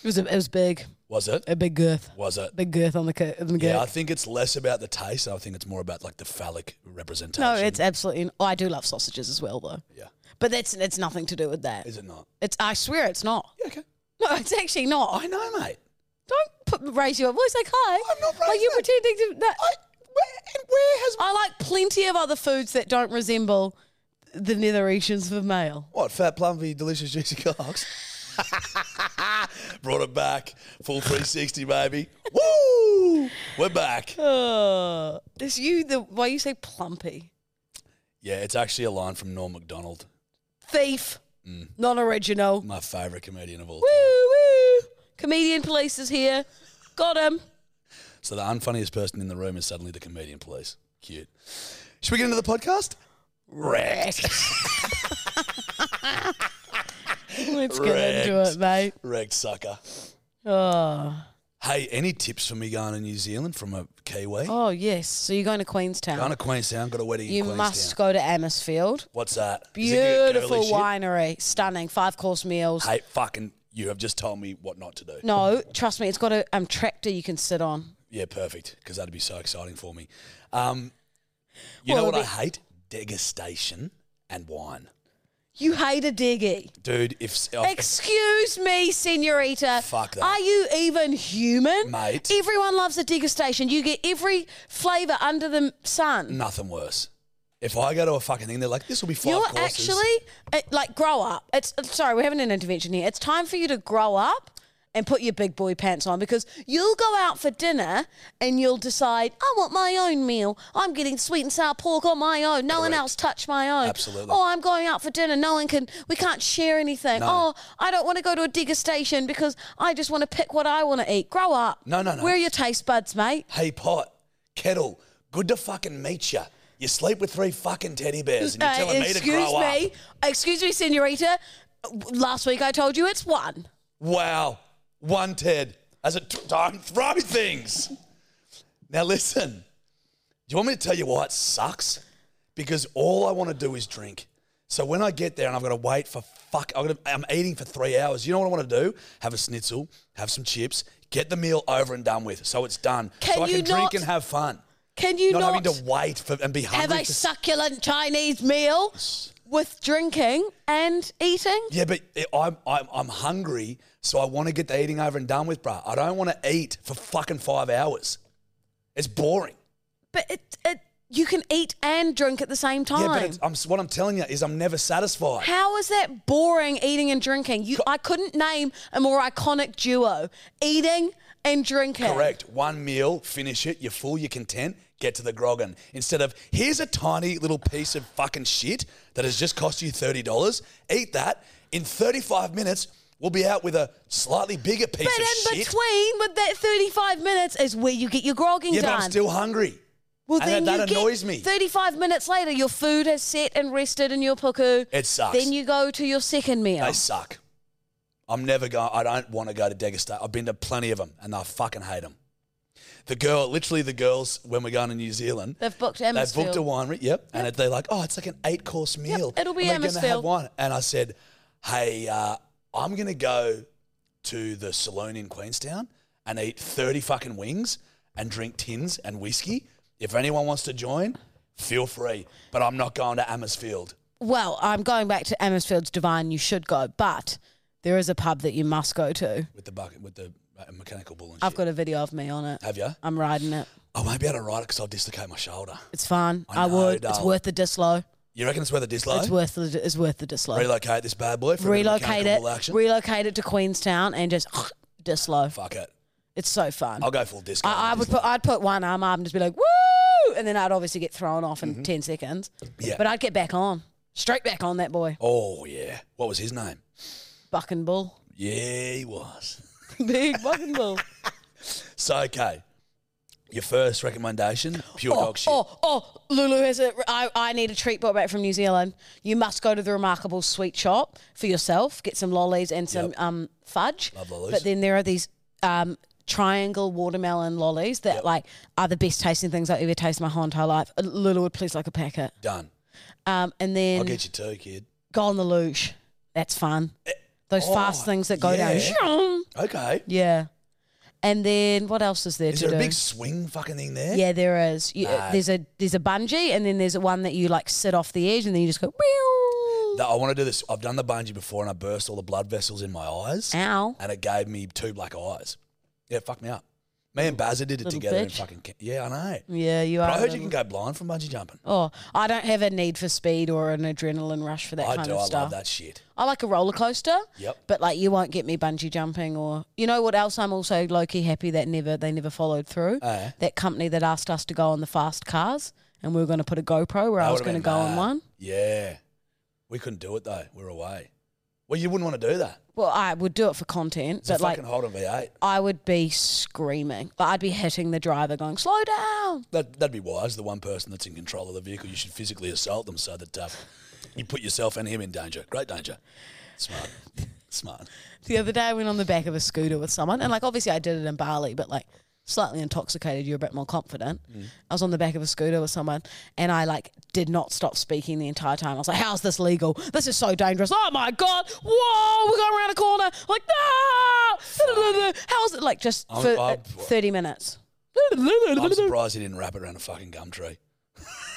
Speaker 1: It was a, it was big,
Speaker 2: was it?
Speaker 1: a big girth,
Speaker 2: Was it?
Speaker 1: big girth on the, cur- on the girth.
Speaker 2: Yeah, I think it's less about the taste. I think it's more about like the phallic representation.
Speaker 1: no, it's absolutely. Oh, I do love sausages as well, though.
Speaker 2: yeah.
Speaker 1: But that's it's nothing to do with that.
Speaker 2: Is it not?
Speaker 1: It's I swear it's not.
Speaker 2: Yeah, okay.
Speaker 1: No, it's actually not.
Speaker 2: I know, mate.
Speaker 1: Don't put, raise your voice like hi.
Speaker 2: I'm not
Speaker 1: Like
Speaker 2: raising
Speaker 1: you're
Speaker 2: it.
Speaker 1: pretending to. No.
Speaker 2: I, where, and where has
Speaker 1: I like plenty of other foods that don't resemble the Netheresians for male.
Speaker 2: what fat plumpy delicious juicy cocks? Brought it back full 360, baby. Woo! We're back.
Speaker 1: Oh, it's you. The why you say plumpy
Speaker 2: Yeah, it's actually a line from Norm Macdonald,
Speaker 1: thief,
Speaker 2: Mm.
Speaker 1: non-original.
Speaker 2: my favorite comedian of all
Speaker 1: Woo
Speaker 2: time.
Speaker 1: woo! Comedian police is here. Got him.
Speaker 2: So the unfunniest person in the room is suddenly the comedian police. Cute. Should we get into the podcast? Wrecked.
Speaker 1: Let's get into it, mate.
Speaker 2: Wrecked sucker.
Speaker 1: Oh,
Speaker 2: Hey, any tips for me going to New Zealand from a Kiwi?
Speaker 1: oh yes. So you're going to Queenstown.
Speaker 2: Eh? Going to Queenstown, got a wedding
Speaker 1: you
Speaker 2: in Queenstown.
Speaker 1: must go to Amersfield.
Speaker 2: What's that? Is it good girly
Speaker 1: Beautiful
Speaker 2: shit?
Speaker 1: winery, stunning, five course meals.
Speaker 2: Hey, fucking, you have just told me what not to do.
Speaker 1: No, trust me, it's got a um, tractor you can sit on.
Speaker 2: Yeah, perfect, because that'd be so exciting for me. Um, you
Speaker 1: Well,
Speaker 2: know what
Speaker 1: it'll
Speaker 2: I hate? Degustation and wine.
Speaker 1: You hate a diggy.
Speaker 2: Dude, if,
Speaker 1: Excuse me, senorita.
Speaker 2: Oh. Fuck that.
Speaker 1: Are you even human?
Speaker 2: Mate.
Speaker 1: Everyone loves a degustation. You get every flavour under the sun.
Speaker 2: nothing worse. If I go to a fucking thing, they're like, this will be 5
Speaker 1: You're
Speaker 2: courses.
Speaker 1: actually, uh, like, grow up. It's uh, Sorry, we're having an intervention here. It's time for you to grow up and put your big boy pants on because you'll go out for dinner and you'll decide, I want my own meal. I'm getting sweet and sour pork on my own. No one
Speaker 2: Correct.
Speaker 1: else touch my own.
Speaker 2: Absolutely.
Speaker 1: Oh, I'm going out for dinner. No one can, we can't share anything.
Speaker 2: No.
Speaker 1: Oh, I don't want to go to a degustation because I just want to pick what I want to eat. Grow up.
Speaker 2: No, no, no.
Speaker 1: Where are your taste buds, mate?
Speaker 2: hey, pot, kettle, good to fucking meet you. You sleep with three fucking teddy bears and you're
Speaker 1: Uh,
Speaker 2: telling me to
Speaker 1: excuse
Speaker 2: grow
Speaker 1: me.
Speaker 2: up.
Speaker 1: Excuse me, senorita. Last week I told you it's one.
Speaker 2: Wow. One Ted. As a t- don't throw things. Now listen. Do you want me to tell you why it sucks? Because all I want to do is drink. So when I get there and I've got to wait for fuck, I'm, gonna, I'm eating for three hours. You know what I want to do? Have a schnitzel, have some chips, get the meal over and done with. So it's done.
Speaker 1: Can
Speaker 2: so I
Speaker 1: you
Speaker 2: can drink
Speaker 1: not-
Speaker 2: and have fun.
Speaker 1: Can you
Speaker 2: not,
Speaker 1: not,
Speaker 2: having to wait for and be hungry.
Speaker 1: have a
Speaker 2: for-
Speaker 1: succulent Chinese meal with drinking and eating?
Speaker 2: Yeah, but it- I'm, I'm I'm hungry, so I want to get the eating over and done with, bruh. I don't want to eat for fucking five hours. It's boring.
Speaker 1: But it, it, you can eat and drink at the same time.
Speaker 2: Yeah, but it's, I'm, what I'm telling you is I'm never satisfied.
Speaker 1: How is that boring eating and drinking? You, I couldn't name a more iconic duo eating and drinking.
Speaker 2: Correct. One meal, finish it. You're full. You're content. Get to the grogging. Instead of here's a tiny little piece of fucking shit that has just cost you thirty dollars. Eat that. In 35 minutes, we'll be out with a slightly bigger piece
Speaker 1: But
Speaker 2: of
Speaker 1: in
Speaker 2: shit.
Speaker 1: between, with that 35 minutes, is where you get your grogging
Speaker 2: yeah, but
Speaker 1: done.
Speaker 2: I'm still hungry.
Speaker 1: Well,
Speaker 2: And
Speaker 1: then
Speaker 2: that-
Speaker 1: you
Speaker 2: that
Speaker 1: get
Speaker 2: annoys me.
Speaker 1: 35 minutes later, your food has set and rested in your puku.
Speaker 2: It sucks.
Speaker 1: Then you go to your second meal.
Speaker 2: They suck. I'm never going. I don't want to go to Degustate. I've been to plenty of them, and I fucking hate them. The girl, literally, the girls when we're going to New Zealand,
Speaker 1: They've booked
Speaker 2: they
Speaker 1: Emma's.
Speaker 2: booked a winery. Yep, and it, they're like, "Oh, it's like an eight course meal.
Speaker 1: it'll be
Speaker 2: and we're gonna
Speaker 1: Amosville.
Speaker 2: have wine." And I said, "Hey, uh, I'm gonna go to the saloon in Queenstown and eat thirty fucking wings and drink tins and whiskey. If anyone wants to join, feel free. But I'm not going to Amersfield.
Speaker 1: Well, I'm going back to Amosfield's Divine. You should go, but there is a pub that you must go to.
Speaker 2: with the bucket with the uh, mechanical bull and
Speaker 1: I've
Speaker 2: shit.
Speaker 1: got a video of me on it.
Speaker 2: Have you?
Speaker 1: I'm riding it.
Speaker 2: I won't be able to ride it because I'll dislocate my shoulder.
Speaker 1: It's fine.
Speaker 2: I
Speaker 1: I,
Speaker 2: know,
Speaker 1: would. It's
Speaker 2: darling.
Speaker 1: worth the dislo.
Speaker 2: You reckon it's worth a dislo?
Speaker 1: It's worth the it's worth the dislo.
Speaker 2: Relocate this bad boy for a bit of
Speaker 1: Relocate
Speaker 2: mechanical
Speaker 1: it.
Speaker 2: bull action.
Speaker 1: Relocate it to Queenstown and just dislo.
Speaker 2: Fuck it.
Speaker 1: It's so fun.
Speaker 2: I'll go full disco.
Speaker 1: I, I would put I'd put one arm up and just be like woo, and then I'd obviously get thrown off in ten seconds.
Speaker 2: Mm-hmm. Yeah.
Speaker 1: But I'd get back on, straight back on that boy,
Speaker 2: oh yeah. What was his name?
Speaker 1: buck and bull,
Speaker 2: Yeah, he was.
Speaker 1: big buck and bull.
Speaker 2: So okay, your first recommendation, pure
Speaker 1: Oh,
Speaker 2: dog shit.
Speaker 1: oh, oh, Lulu has a. I, I need a treat brought back from New Zealand. You must go to the Remarkable Sweet Shop for yourself. Get some lollies and some
Speaker 2: Yep.
Speaker 1: um, fudge.
Speaker 2: Love lollies.
Speaker 1: But then there are these um, triangle watermelon lollies that like are the best tasting things I've ever tasted in my whole entire life. Uh, Lulu would please like a packet.
Speaker 2: Done.
Speaker 1: Um, and then
Speaker 2: I'll get you two, kid.
Speaker 1: go on the luge. That's fun. Those
Speaker 2: oh,
Speaker 1: fast things that go down.
Speaker 2: yeah.
Speaker 1: Zoom.
Speaker 2: Okay.
Speaker 1: Yeah. And then what else is there
Speaker 2: Is
Speaker 1: to do?
Speaker 2: there a big swing fucking thing there?
Speaker 1: Yeah, there is. You, uh,
Speaker 2: Nah.
Speaker 1: There's a there's a bungee, and then there's one that you like sit off the edge, and then you just go. Meow.
Speaker 2: No, I want to do this. I've done the bungee before, and I burst all the blood vessels in my eyes.
Speaker 1: Ow!
Speaker 2: and it gave me two black eyes. Yeah, fuck me up. Me and Bazza did it
Speaker 1: Little
Speaker 2: together. And
Speaker 1: bitch.
Speaker 2: fucking ca- yeah, I know.
Speaker 1: Yeah, you
Speaker 2: But
Speaker 1: are.
Speaker 2: I
Speaker 1: a
Speaker 2: heard you can
Speaker 1: little-
Speaker 2: go blind from bungee jumping.
Speaker 1: Oh, I don't have a need for speed or an adrenaline rush for that
Speaker 2: I
Speaker 1: kind
Speaker 2: do.
Speaker 1: of
Speaker 2: I
Speaker 1: stuff.
Speaker 2: love that shit.
Speaker 1: I like a roller coaster.
Speaker 2: Yep.
Speaker 1: But like, you won't get me bungee jumping or you know what else? I'm also low key happy that never they never followed through.
Speaker 2: Eh?
Speaker 1: that company that asked us to go on the fast cars, and we were going to put a GoPro where I
Speaker 2: That
Speaker 1: was
Speaker 2: would've
Speaker 1: going to
Speaker 2: been
Speaker 1: go on
Speaker 2: mad.
Speaker 1: one.
Speaker 2: Yeah, we couldn't do it though. We are away. Well, you wouldn't want to do that.
Speaker 1: Well, I would do it for content,
Speaker 2: So
Speaker 1: but like
Speaker 2: fucking hold a V8.
Speaker 1: I would be screaming. Like I'd be hitting the driver, going slow down.
Speaker 2: That that'd be wise. The one person that's in control of the vehicle, you should physically assault them so that uh, you put yourself and him in danger. Great danger. Smart. Smart.
Speaker 1: The other day, I went on the back of a scooter with someone, and like obviously I did it in Bali, but like slightly intoxicated, you're a bit more confident.
Speaker 2: Mm.
Speaker 1: I was on the back of a scooter with someone, and I like did not stop speaking the entire time. I was like, "How's this legal? This is so dangerous! Oh my god! Whoa, we're going around a corner! Like, no! How's it like just
Speaker 2: I'm-
Speaker 1: for uh,
Speaker 2: I'm-
Speaker 1: thirty minutes?"
Speaker 2: I'm surprised he didn't wrap it around a fucking gum tree.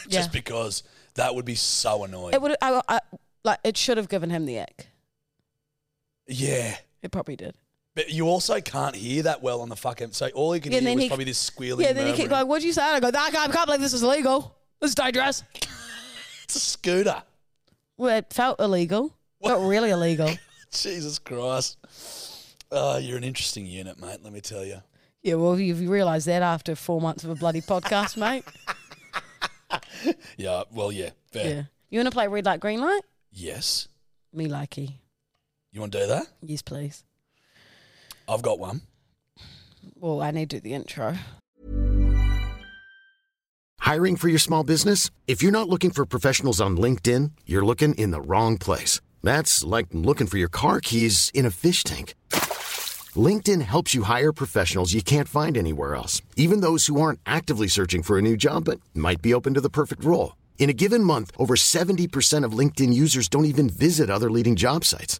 Speaker 1: Yeah.
Speaker 2: Just because that would be so annoying.
Speaker 1: It would I, I, like it should have given him the ick.
Speaker 2: yeah.
Speaker 1: It probably did.
Speaker 2: But you also can't hear that well on the fucking. So all you can
Speaker 1: Yeah, and
Speaker 2: hear
Speaker 1: then
Speaker 2: was
Speaker 1: he-
Speaker 2: probably this squealing.
Speaker 1: Yeah, then he kept
Speaker 2: murmuring.
Speaker 1: going, What'd you say? And I go, "That guy- I can't believe this is illegal. This is dangerous.
Speaker 2: It's a scooter.
Speaker 1: Well, it felt illegal. Felt really illegal.
Speaker 2: Jesus Christ. Oh, you're an interesting unit, mate. Let me tell you.
Speaker 1: Yeah, well, you've realised that after four months of a bloody podcast, mate.
Speaker 2: Yeah. Well, yeah. Fair.
Speaker 1: Yeah. You want to play red light, green light?
Speaker 2: Yes.
Speaker 1: Me likey.
Speaker 2: You want to do that?
Speaker 1: Yes, please.
Speaker 2: I've got one.
Speaker 1: Well, I need to do the intro.
Speaker 3: Hiring for your small business? If you're not looking for professionals on LinkedIn, you're looking in the wrong place. That's like looking for your car keys in a fish tank. LinkedIn helps you hire professionals you can't find anywhere else, even those who aren't actively searching for a new job but might be open to the perfect role. In a given month, over 70% of LinkedIn users don't even visit other leading job sites.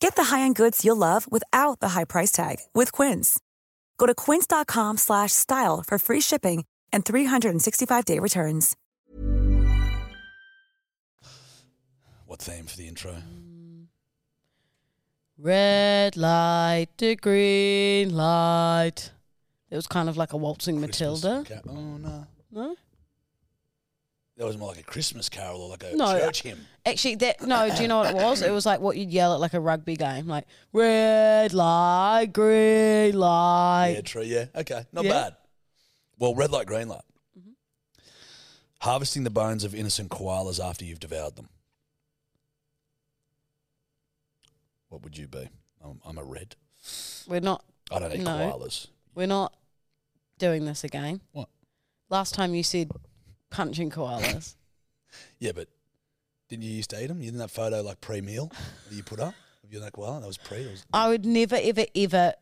Speaker 4: Get the high-end goods you'll love without the high price tag with Quince. Go to quince.com/style slash style for free shipping and 365-day returns.
Speaker 2: What theme for the intro?
Speaker 1: Red light to green light. It was kind of like a waltzing
Speaker 2: Christmas.
Speaker 1: Matilda.
Speaker 2: Okay. Oh no.
Speaker 1: No?
Speaker 2: That was more like a Christmas carol or like a
Speaker 1: No.
Speaker 2: church hymn.
Speaker 1: Actually, that no. Do you know what it was? It was like what you'd yell at like a rugby game, like red light, green light.
Speaker 2: yeah, true. Yeah. Okay. Not
Speaker 1: Yeah. Mm-hmm.
Speaker 2: bad. Well, red light, green light. Harvesting the bones of innocent koalas after you've devoured them. What would you be? I'm, I'm a red.
Speaker 1: We're not.
Speaker 2: I don't eat
Speaker 1: No.
Speaker 2: koalas.
Speaker 1: We're not doing this again.
Speaker 2: What?
Speaker 1: Last time you said punching koalas.
Speaker 2: Yeah, but didn't you used to eat them? You did that photo like pre-meal that you put up of you in that koala. That was pre. That was,
Speaker 1: I would never, ever, ever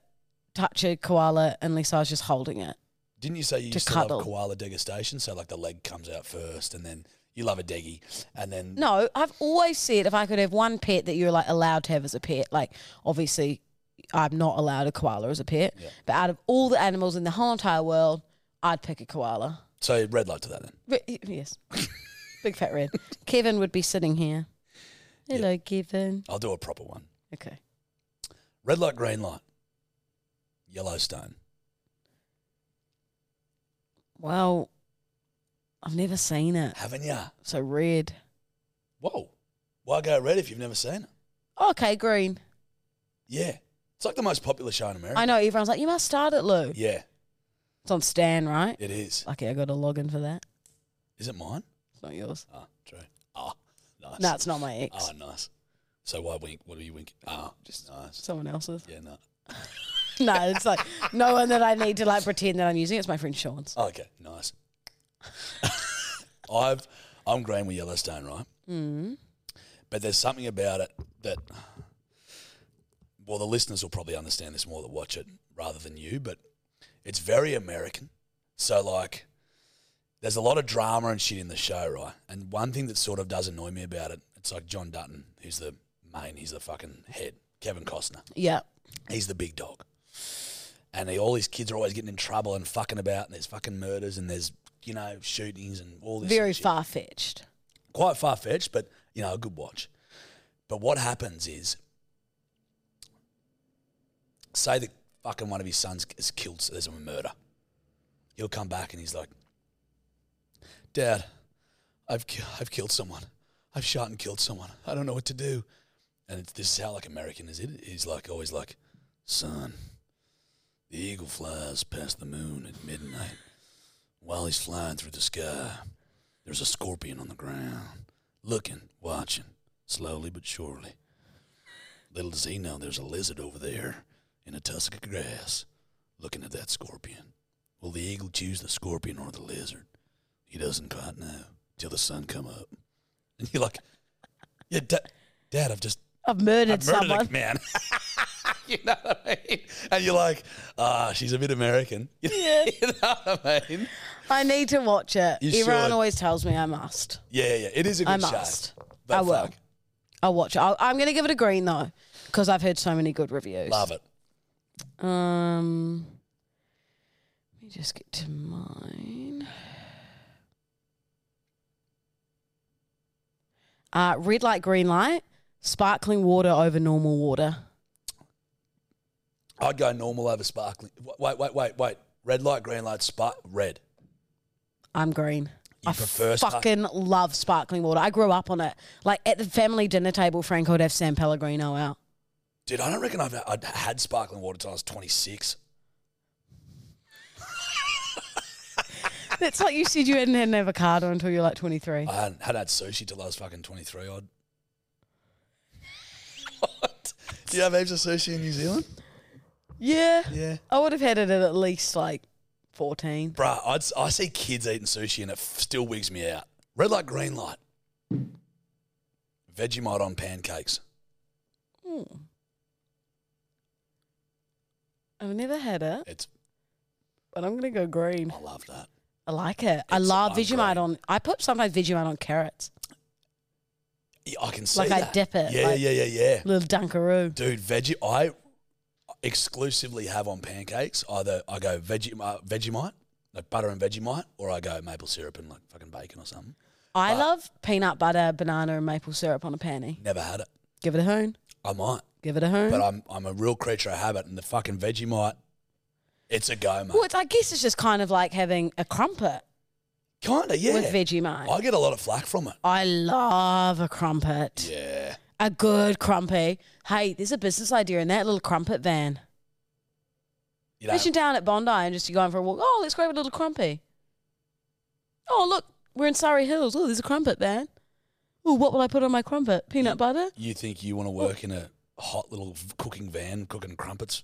Speaker 1: touch a koala unless I was just holding it.
Speaker 2: didn't you say you
Speaker 1: To
Speaker 2: used to,
Speaker 1: cuddle.
Speaker 2: love koala degustation? So like the leg comes out first, and then you love a deggy, and then
Speaker 1: No, I've always said if I could have one pet that you're like allowed to have as a pet, like obviously I'm not allowed a koala as a pet,
Speaker 2: Yeah.
Speaker 1: but out of all the animals in the whole entire world, I'd pick a koala.
Speaker 2: so red light to that. Then
Speaker 1: Re- yes, big fat red. Kevin would be sitting here. Hello, Kevin.
Speaker 2: I'll do a proper one.
Speaker 1: Okay.
Speaker 2: Red light, green light. Yellowstone.
Speaker 1: Well, I've never seen it.
Speaker 2: Haven't ya?
Speaker 1: So red.
Speaker 2: Whoa. Why go red if you've never seen it?
Speaker 1: Oh, Okay, green.
Speaker 2: Yeah. It's like the most popular show in America.
Speaker 1: I know everyone's like, you must start it, Lou.
Speaker 2: Yeah,
Speaker 1: It's on Stan, right?
Speaker 2: it is.
Speaker 1: Lucky I got a login for that.
Speaker 2: Is it mine?
Speaker 1: It's not yours.
Speaker 2: Ah, true. Ah, nice.
Speaker 1: No, it's not my ex.
Speaker 2: Ah, nice. So why wink? What are you winking? Ah, just nice.
Speaker 1: Someone else's.
Speaker 2: Yeah, no.
Speaker 1: No, it's like no one that I need to like pretend that I'm using. It's my friend Sean's.
Speaker 2: Oh, okay, nice. I've I'm green with Yellowstone, right?
Speaker 1: Mm.
Speaker 2: But there's something about it that, well, the listeners will probably understand this more that watch it rather than you, but it's very American. So, like, there's a lot of drama and shit in the show, right? And one thing that sort of does annoy me about it, it's like John Dutton, who's the main, he's the fucking head, Kevin Costner.
Speaker 1: Yeah.
Speaker 2: He's the big dog. And he, all these kids are always getting in trouble and fucking about, and there's fucking murders and there's, you know, shootings and all this.
Speaker 1: Very
Speaker 2: sort of shit
Speaker 1: far fetched.
Speaker 2: quite far fetched, but you know, a good watch. But what happens is, say that fucking one of his sons is killed, so there's a murder. He'll come back and he's like, "Dad, I've ki- I've killed someone. I've shot and killed someone. I don't know what to do." And it's, this is how like American is it? He's like always like, "Son, the eagle flies past the moon at midnight. While he's flying through the sky, there's a scorpion on the ground, looking, watching, slowly but surely. Little does he know there's a lizard over there in a tusk of grass, looking at that scorpion. Will the eagle choose the scorpion or the lizard? He doesn't quite know till the sun come up. And you're like, yeah, da- Dad, I've just
Speaker 1: I've murdered,
Speaker 2: I murdered
Speaker 1: someone.
Speaker 2: a man. you know what I mean? And you're like, ah, she's a bit American. Yeah. you know what I mean?
Speaker 1: I need to watch it.
Speaker 2: You
Speaker 1: Everyone
Speaker 2: should.
Speaker 1: always tells me I must.
Speaker 2: Yeah, yeah. It is a good
Speaker 1: I
Speaker 2: show.
Speaker 1: must.
Speaker 2: But
Speaker 1: I will.
Speaker 2: fuck,
Speaker 1: I'll watch it. I'll, I'm going to give it a green though, because I've heard so many good reviews.
Speaker 2: Love it.
Speaker 1: it. Um, let me just get to mine. Uh, red light, green light, sparkling water over normal water.
Speaker 2: I'd go normal over sparkling. W- Wait, wait, wait, wait. Red light, green light, spark red.
Speaker 1: I'm green.
Speaker 2: You
Speaker 1: I
Speaker 2: prefer spark-
Speaker 1: fucking love sparkling water. I grew up on it. Like at the family dinner table, Frank would have San Pellegrino out.
Speaker 2: Dude, I don't reckon I've I'd had sparkling water till I was 26.
Speaker 1: That's like you said you hadn't had an avocado until you're like 23.
Speaker 2: I hadn't had had sushi till I was fucking 23 odd. What? Do you have heaps of sushi in New Zealand?
Speaker 1: Yeah.
Speaker 2: Yeah.
Speaker 1: I would have had it at at least like 14.
Speaker 2: Bruh, I'd, s- I see kids eating sushi and it f- still wigs me out. Red light, green light. Vegemite on pancakes.
Speaker 1: Mm. I've never had it,
Speaker 2: It's
Speaker 1: but I'm going to go green.
Speaker 2: I love that.
Speaker 1: I like it. I
Speaker 2: It's-
Speaker 1: love
Speaker 2: I'm
Speaker 1: Vegemite
Speaker 2: green.
Speaker 1: on. I put sometimes Vegemite on carrots.
Speaker 2: Yeah, I can see
Speaker 1: Like I
Speaker 2: that.
Speaker 1: dip it,
Speaker 2: Yeah,
Speaker 1: like-
Speaker 2: yeah, yeah, yeah.
Speaker 1: Little Dunkaroo.
Speaker 2: Dude, veggie. I exclusively have on pancakes. Either I go veggie, uh, Vegemite, like butter and Vegemite, or I go maple syrup and like fucking bacon or something.
Speaker 1: I
Speaker 2: But-
Speaker 1: love peanut butter, banana, and maple syrup on a panty.
Speaker 2: Never had it.
Speaker 1: Give it a hoon.
Speaker 2: I might,
Speaker 1: Give it a hoon.
Speaker 2: but I'm I'm a real creature of habit, and the fucking Vegemite, it's a go, mate.
Speaker 1: Well, it's, I guess it's just kind of like having a crumpet.
Speaker 2: Kinda, yeah.
Speaker 1: with Vegemite.
Speaker 2: I get a lot of flack from it.
Speaker 1: I love a crumpet.
Speaker 2: Yeah.
Speaker 1: A good crumpy. Hey, there's a business idea in that little crumpet van.
Speaker 2: You
Speaker 1: Imagine
Speaker 2: know,
Speaker 1: down at Bondi and just you going for a walk. Oh, let's grab a little crumpy. Oh, look, we're in Surrey Hills. Oh, there's a crumpet van. Oh, what will I put on my crumpet? Peanut butter?
Speaker 2: you think you want to work in a hot little v- cooking van cooking crumpets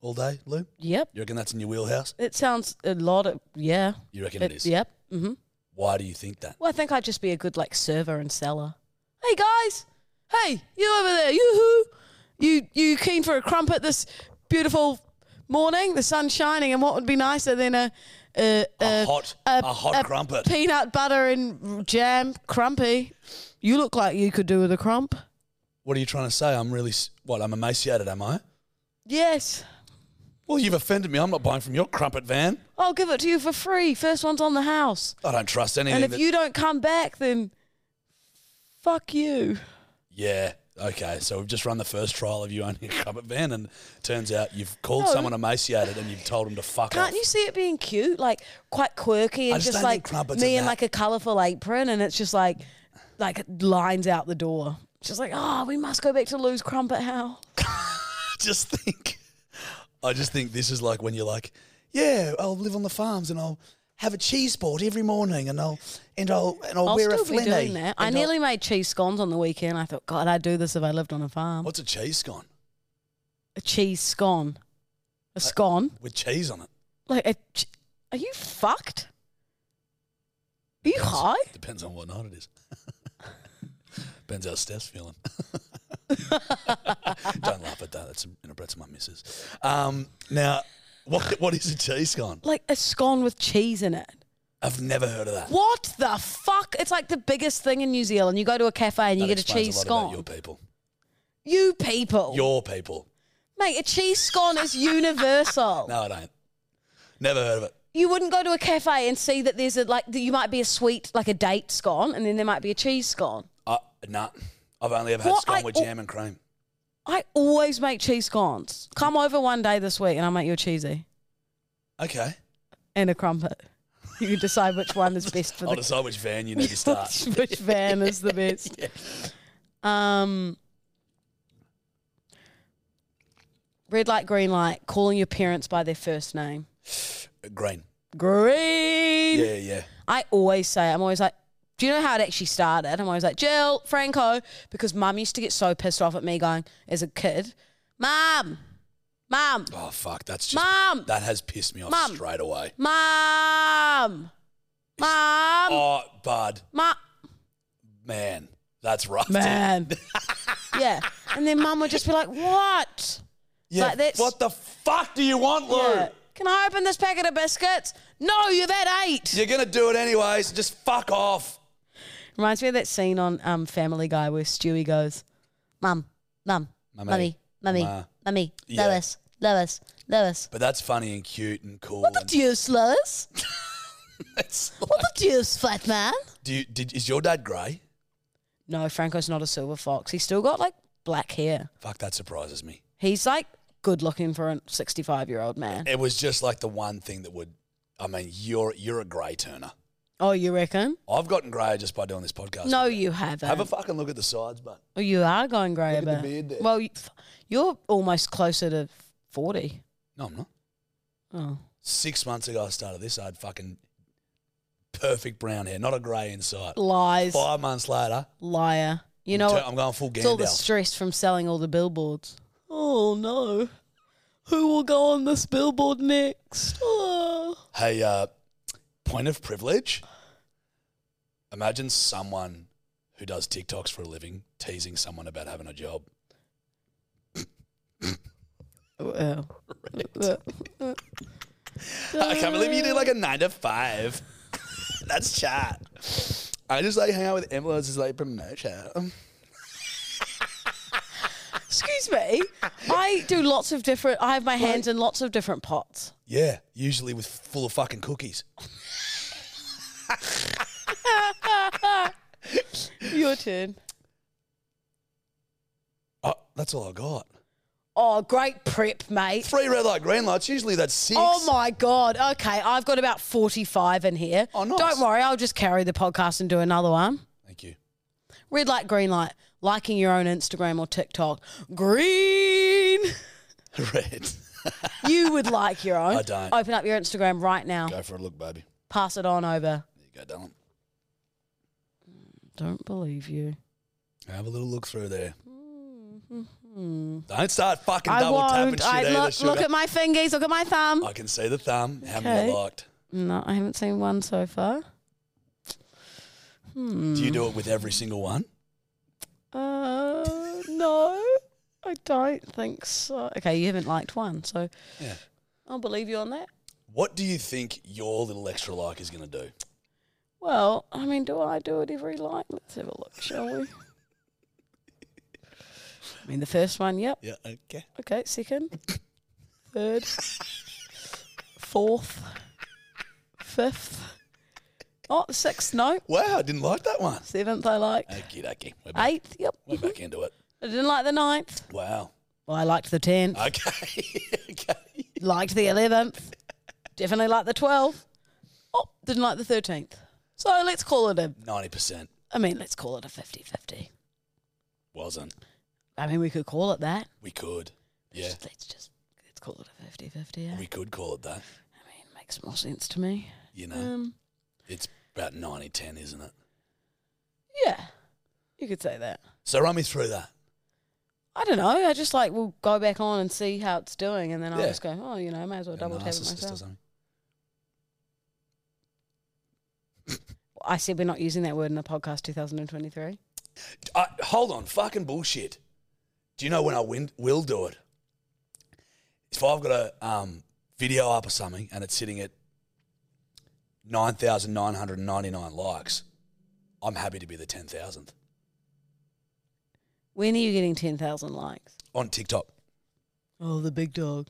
Speaker 2: all day, Lou?
Speaker 1: Yep.
Speaker 2: You reckon that's in your wheelhouse?
Speaker 1: It sounds a lot of, yeah.
Speaker 2: You reckon it
Speaker 1: It-
Speaker 2: is?
Speaker 1: Yep. hmm
Speaker 2: Why do you think that?
Speaker 1: Well, I think I'd just be a good, like, server and seller. Hey, guys. Hey, you over there. Yoo-hoo. You, you keen for a crumpet this beautiful morning? The sun's shining, and what would be nicer than a... A,
Speaker 2: A hot- a hot crumpet.
Speaker 1: Peanut butter and jam crumpy. You look like you could do with a crump.
Speaker 2: What are you trying to say? I'm really, s- what, I'm emaciated, am I?
Speaker 1: Yes.
Speaker 2: Well, you've offended me. I'm not buying from your crumpet van.
Speaker 1: I'll give it to you for free. First one's on the house.
Speaker 2: I don't trust anything.
Speaker 1: And if
Speaker 2: that-
Speaker 1: you don't come back, then fuck you.
Speaker 2: Yeah. Okay. So we've just run the first trial of you owning a crumpet van, and turns out you've called
Speaker 1: No.
Speaker 2: someone emaciated and you've told them to fuck
Speaker 1: Can't
Speaker 2: off.
Speaker 1: you see it being cute, like quite quirky
Speaker 2: I
Speaker 1: and
Speaker 2: just
Speaker 1: just,
Speaker 2: don't
Speaker 1: like
Speaker 2: think crumpets
Speaker 1: me
Speaker 2: are
Speaker 1: in
Speaker 2: that-
Speaker 1: like a colourful apron, and it's just like like lines out the door. It's Just like oh, we must go back to Lou's crumpet house.
Speaker 2: just think. I just think this is like when you're like, yeah, I'll live on the farms and I'll have a cheese board every morning and I'll and I'll and I'll,
Speaker 1: I'll
Speaker 2: wear
Speaker 1: still
Speaker 2: Oh, a
Speaker 1: be
Speaker 2: flinny.
Speaker 1: doing that. I
Speaker 2: and I'll-"
Speaker 1: nearly made cheese scones on the weekend. I thought, God, I'd do this if I lived on a farm.
Speaker 2: What's a cheese scone
Speaker 1: A cheese scone, a scone.
Speaker 2: with cheese on it?
Speaker 1: Like, a ch- are you fucked? Are you
Speaker 2: Depends-
Speaker 1: high?
Speaker 2: Depends on what night it is. Depends how Steph's feeling. Don't laugh at that. That's inappropriate to my missus. Um, now, what what is a cheese scone?
Speaker 1: Like a scone with cheese in it.
Speaker 2: I've never heard of that.
Speaker 1: What the fuck? It's like the biggest thing in New Zealand. You go to a cafe and you
Speaker 2: That
Speaker 1: get a
Speaker 2: explains
Speaker 1: cheese
Speaker 2: a
Speaker 1: scone.
Speaker 2: lot about
Speaker 1: Oh.
Speaker 2: Your people.
Speaker 1: You people.
Speaker 2: Your people.
Speaker 1: Mate, a cheese scone is universal.
Speaker 2: No, I don't. Never heard of it.
Speaker 1: You wouldn't go to a cafe and see that there's a, like, that you might be a sweet, like a date scone, and then there might be a cheese scone.
Speaker 2: Uh, nah. I've only ever had
Speaker 1: What?
Speaker 2: scone
Speaker 1: I-
Speaker 2: with jam and cream.
Speaker 1: I always make cheese scones. Come over one day this week and I'll make you a cheesy
Speaker 2: Okay.
Speaker 1: and a crumpet. You can decide which one is best for
Speaker 2: I'll
Speaker 1: the
Speaker 2: decide which van you need to start.
Speaker 1: which van is the best. Um, red light, green light. Calling your parents by their first name.
Speaker 2: Green.
Speaker 1: Green.
Speaker 2: Yeah, yeah.
Speaker 1: I always say, I'm always like, do you know how it actually started? I'm always like, Jill, Franco, because mum used to get so pissed off at me going as a kid, mum, mum,
Speaker 2: Oh, fuck. That's just.
Speaker 1: mum,
Speaker 2: That has pissed me off
Speaker 1: Mum.
Speaker 2: straight away.
Speaker 1: mum, mum,
Speaker 2: oh, bud.
Speaker 1: mum,
Speaker 2: Man. That's rough.
Speaker 1: man. yeah. And then mum would just be like, what?
Speaker 2: Yeah,
Speaker 1: Like, that's-
Speaker 2: what the fuck do you want, Lou?
Speaker 1: Yeah. Can I open this packet of biscuits? No, you've had eight.
Speaker 2: You're going to do it anyway, so just fuck off.
Speaker 1: Reminds me of that scene on um, Family Guy where Stewie goes, Mum, Mum,
Speaker 2: Mummy,
Speaker 1: Mummy, Mummy,
Speaker 2: Ma."
Speaker 1: Mummy,
Speaker 2: Yeah.
Speaker 1: Lois, Lois, Lois.
Speaker 2: But that's funny and cute and cool.
Speaker 1: What the
Speaker 2: and
Speaker 1: deuce, Lois?
Speaker 2: it's
Speaker 1: What
Speaker 2: like,
Speaker 1: the deuce, fat man?
Speaker 2: do you, did, is your dad grey?
Speaker 1: No, Franco's not a silver fox. He's still got like black hair.
Speaker 2: Fuck, that surprises me.
Speaker 1: He's like good looking for a 65 year old man.
Speaker 2: It was just like the one thing that would. I mean, you're you're a grey turner.
Speaker 1: Oh, you reckon?
Speaker 2: I've gotten grey just by doing this podcast.
Speaker 1: No,
Speaker 2: with
Speaker 1: you haven't.
Speaker 2: Have a fucking look at the sides, but
Speaker 1: oh, you are going grey
Speaker 2: Look at the
Speaker 1: about.
Speaker 2: beard there.
Speaker 1: Well, you- you're almost closer to 40.
Speaker 2: no, I'm not.
Speaker 1: Oh.
Speaker 2: Six months ago, I started this. I had fucking perfect brown hair, not a grey inside.
Speaker 1: Lies.
Speaker 2: Five months later,
Speaker 1: Liar. You
Speaker 2: I'm
Speaker 1: know
Speaker 2: tu-
Speaker 1: what?
Speaker 2: I'm going full
Speaker 1: It's all the
Speaker 2: Gandalf.
Speaker 1: stress from selling all the billboards. Oh no. Who will go on this billboard next? Oh.
Speaker 2: Hey, uh, point of privilege. Imagine someone who does TikToks for a living teasing someone about having a job. I can't believe you do like a nine to five. That's chat. I just like hang out with influencers like promotion.
Speaker 1: Excuse me. I do lots of different I have my hands in lots of different pots.
Speaker 2: Yeah, usually with full of fucking cookies.
Speaker 1: Your turn.
Speaker 2: Oh, that's all I got.
Speaker 1: Oh, great prep, mate.
Speaker 2: Three red light, green lights. Usually that's six.
Speaker 1: Oh my god. Okay, I've got about 45 in here.
Speaker 2: Oh, nice.
Speaker 1: Don't worry, I'll just carry the podcast and do another one.
Speaker 2: Thank you.
Speaker 1: Red light, green light. Liking your own Instagram or TikTok. Green.
Speaker 2: Red.
Speaker 1: You would like your own.
Speaker 2: I don't.
Speaker 1: Open up your Instagram right now.
Speaker 2: Go for a look, baby.
Speaker 1: Pass it on over.
Speaker 2: There you go, Dylan.
Speaker 1: Don't believe you.
Speaker 2: Have a little look through there. Don't start fucking
Speaker 1: Mm-hmm. I
Speaker 2: double tapping
Speaker 1: won't.
Speaker 2: shit
Speaker 1: I
Speaker 2: either.
Speaker 1: look,
Speaker 2: sugar.
Speaker 1: look at my fingers. Look at my thumb.
Speaker 2: I can see the thumb. How many
Speaker 1: Okay.
Speaker 2: I liked?
Speaker 1: No, I haven't seen one so far. Hmm.
Speaker 2: Do you do it with every single one?
Speaker 1: Uh, no, I don't think so. Okay, you haven't liked one, so
Speaker 2: Yeah.
Speaker 1: I'll believe you on that.
Speaker 2: What do you think your little extra like is going to do?
Speaker 1: Well, I mean, do I do it every like? Let's have a look, shall we? I mean, the first one, yep.
Speaker 2: Yeah, okay.
Speaker 1: Okay, second, third, fourth, fifth. Oh, sixth, no.
Speaker 2: Wow, I didn't like that one.
Speaker 1: Seventh, I liked.
Speaker 2: Okie dokie. We're back,
Speaker 1: Eighth, yep.
Speaker 2: we're back into it.
Speaker 1: I didn't like the ninth.
Speaker 2: Wow.
Speaker 1: Well, I liked the tenth.
Speaker 2: Okay. okay.
Speaker 1: liked the 11th. Definitely liked the 12th. Oh, didn't like the 13th. So let's call it a,
Speaker 2: 90%.
Speaker 1: I mean, let's call it a 50 50.
Speaker 2: Well done.
Speaker 1: I mean, we could call it that.
Speaker 2: We could. Yeah.
Speaker 1: Just- Let's just, let's call it a 50 50. Yeah. I
Speaker 2: We
Speaker 1: mean,
Speaker 2: could call it that.
Speaker 1: it makes more sense to me.
Speaker 2: You know,
Speaker 1: Um,
Speaker 2: it's about 90 10, isn't it?
Speaker 1: yeah, you could say that.
Speaker 2: So run me through that.
Speaker 1: I don't know. I just like, we'll go back on and see how it's doing. And then I'll
Speaker 2: Yeah.
Speaker 1: just go, oh, you know, may as well
Speaker 2: A
Speaker 1: double tap it
Speaker 2: narcissist or
Speaker 1: myself.
Speaker 2: something.
Speaker 1: I said we're not using that word in the podcast 2023.
Speaker 2: I, hold on, fucking bullshit. Do you know when I win, will do it? If I've got a um, video up or something and it's sitting at 9,999 likes, I'm happy to be the 10,000th
Speaker 1: When are you getting 10,000 likes?
Speaker 2: on TikTok.
Speaker 1: Oh, the big dog.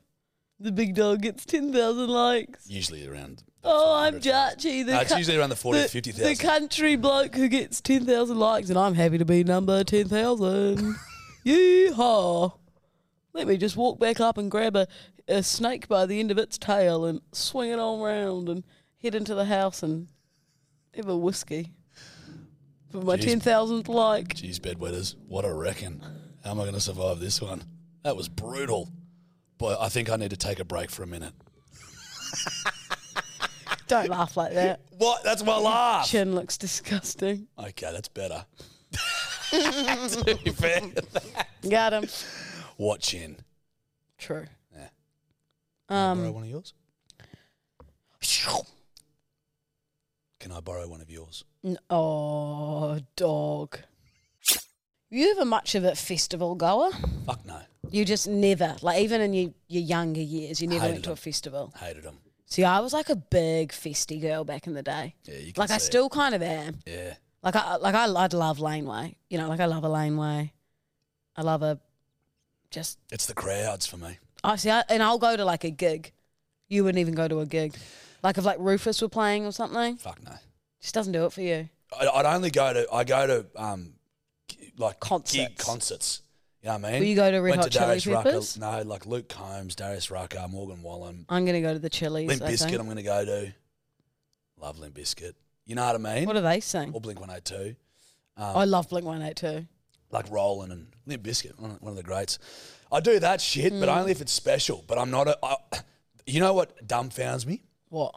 Speaker 1: The big dog gets 10,000 likes.
Speaker 2: Usually around.
Speaker 1: Oh, I'm
Speaker 2: 400,000.
Speaker 1: Jachi. The
Speaker 2: No, it's
Speaker 1: cu-
Speaker 2: usually around the 40,
Speaker 1: the-
Speaker 2: 50,000.
Speaker 1: The country bloke who gets 10,000 likes, and I'm happy to be number 10,000. Yeehaw. Let me just walk back up and grab a, a snake by the end of its tail and swing it all round and head into the house and have a whiskey for my
Speaker 2: Jeez.
Speaker 1: 10,000th like.
Speaker 2: Jeez, bedwetters, what a reckon. How am I going to survive this one? That was brutal. But I think I need to take a break for a minute.
Speaker 1: Don't laugh like that.
Speaker 2: What? That's my laugh.
Speaker 1: Chin looks disgusting.
Speaker 2: Okay, that's better. to be fair.
Speaker 1: Got him.
Speaker 2: Watch in.
Speaker 1: True.
Speaker 2: Yeah. Can I borrow
Speaker 1: Um,
Speaker 2: one of yours? Can I borrow one of yours?
Speaker 1: n- oh, dog. You ever much of a festival goer?
Speaker 2: Fuck no.
Speaker 1: You just never, like even in your, your younger years, you never
Speaker 2: Hated
Speaker 1: went to
Speaker 2: them.
Speaker 1: a festival.
Speaker 2: Hated them.
Speaker 1: See, I was like a big festy girl back in the day.
Speaker 2: Yeah, you can
Speaker 1: Like I
Speaker 2: see it.
Speaker 1: still kind of am.
Speaker 2: Yeah.
Speaker 1: Like I like I I'd love laneway. You know, like I love a laneway. I love a just.
Speaker 2: It's the crowds for me.
Speaker 1: I see, I, and I'll go to like a gig. You wouldn't even go to a gig. Like if like Rufus were playing or something,
Speaker 2: Fuck no.
Speaker 1: just doesn't do it for you.
Speaker 2: I, I'd only go to, I go to, um, g- like gig
Speaker 1: Concerts.
Speaker 2: concerts. You know what I mean?
Speaker 1: Will you go to Red
Speaker 2: Went
Speaker 1: Hot Chili
Speaker 2: Darius Rucker-
Speaker 1: Peppers?
Speaker 2: No, like Luke Combs, Darius Rucker, Morgan Wallen,
Speaker 1: I'm gonna go to the Chili's.
Speaker 2: Limp
Speaker 1: I think.
Speaker 2: Biscuit. I'm going to go to. Love Limp Biscuit. You know what I mean?
Speaker 1: What do they sing?
Speaker 2: or Blink One Eight Two. Oh.
Speaker 1: I love Blink One Eight Two.
Speaker 2: like Roland and Limp Biscuit, one of one of the greats. I do that shit, but only if it's special. But I'm not a. I, you know what dumbfounds me
Speaker 1: What?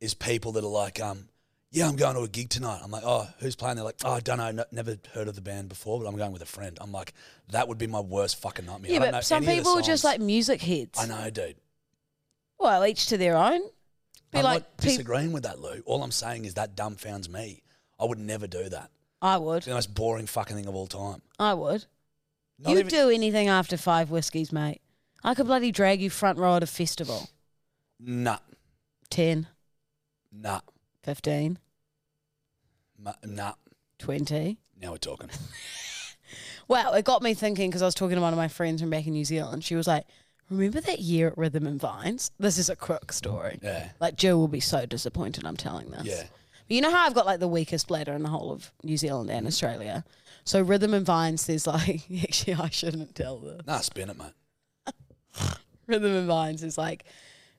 Speaker 2: is people that are like, um, yeah, I'm going to a gig tonight. I'm like, oh, who's playing? They're like, oh, I don't know, no, never heard of the band before, but I'm going with a friend. I'm like, that would be my worst fucking nightmare.
Speaker 1: Yeah,
Speaker 2: I don't know
Speaker 1: but some
Speaker 2: any of the
Speaker 1: people are just
Speaker 2: songs.
Speaker 1: like music heads.
Speaker 2: I know, dude.
Speaker 1: Well, each to their own. Be
Speaker 2: I'm
Speaker 1: like,
Speaker 2: not
Speaker 1: peop-
Speaker 2: disagreeing with that, Lou. All I'm saying is that dumbfounds me. I would never do that.
Speaker 1: I
Speaker 2: It's
Speaker 1: would.
Speaker 2: the most boring fucking thing of all time.
Speaker 1: I would.
Speaker 2: Not
Speaker 1: you
Speaker 2: even-
Speaker 1: do anything after five whiskeys, mate. I could bloody drag you front row at a festival.
Speaker 2: Nah,
Speaker 1: 10,
Speaker 2: nah,
Speaker 1: 15,
Speaker 2: ma- nah.
Speaker 1: 20.
Speaker 2: Now we're talking.
Speaker 1: Well, it got me thinking because I was talking to one of my friends from back in New Zealand. She was like, Remember that year at Rhythm and Vines? This is a crook story.
Speaker 2: Yeah.
Speaker 1: Like, Jill will be so disappointed I'm telling this.
Speaker 2: Yeah.
Speaker 1: You know how I've got like the weakest bladder in the whole of New Zealand and Australia? So, Rhythm and Vines, there's like, actually, I shouldn't tell this.
Speaker 2: Nah, spin it, mate.
Speaker 1: Rhythm and Vines is like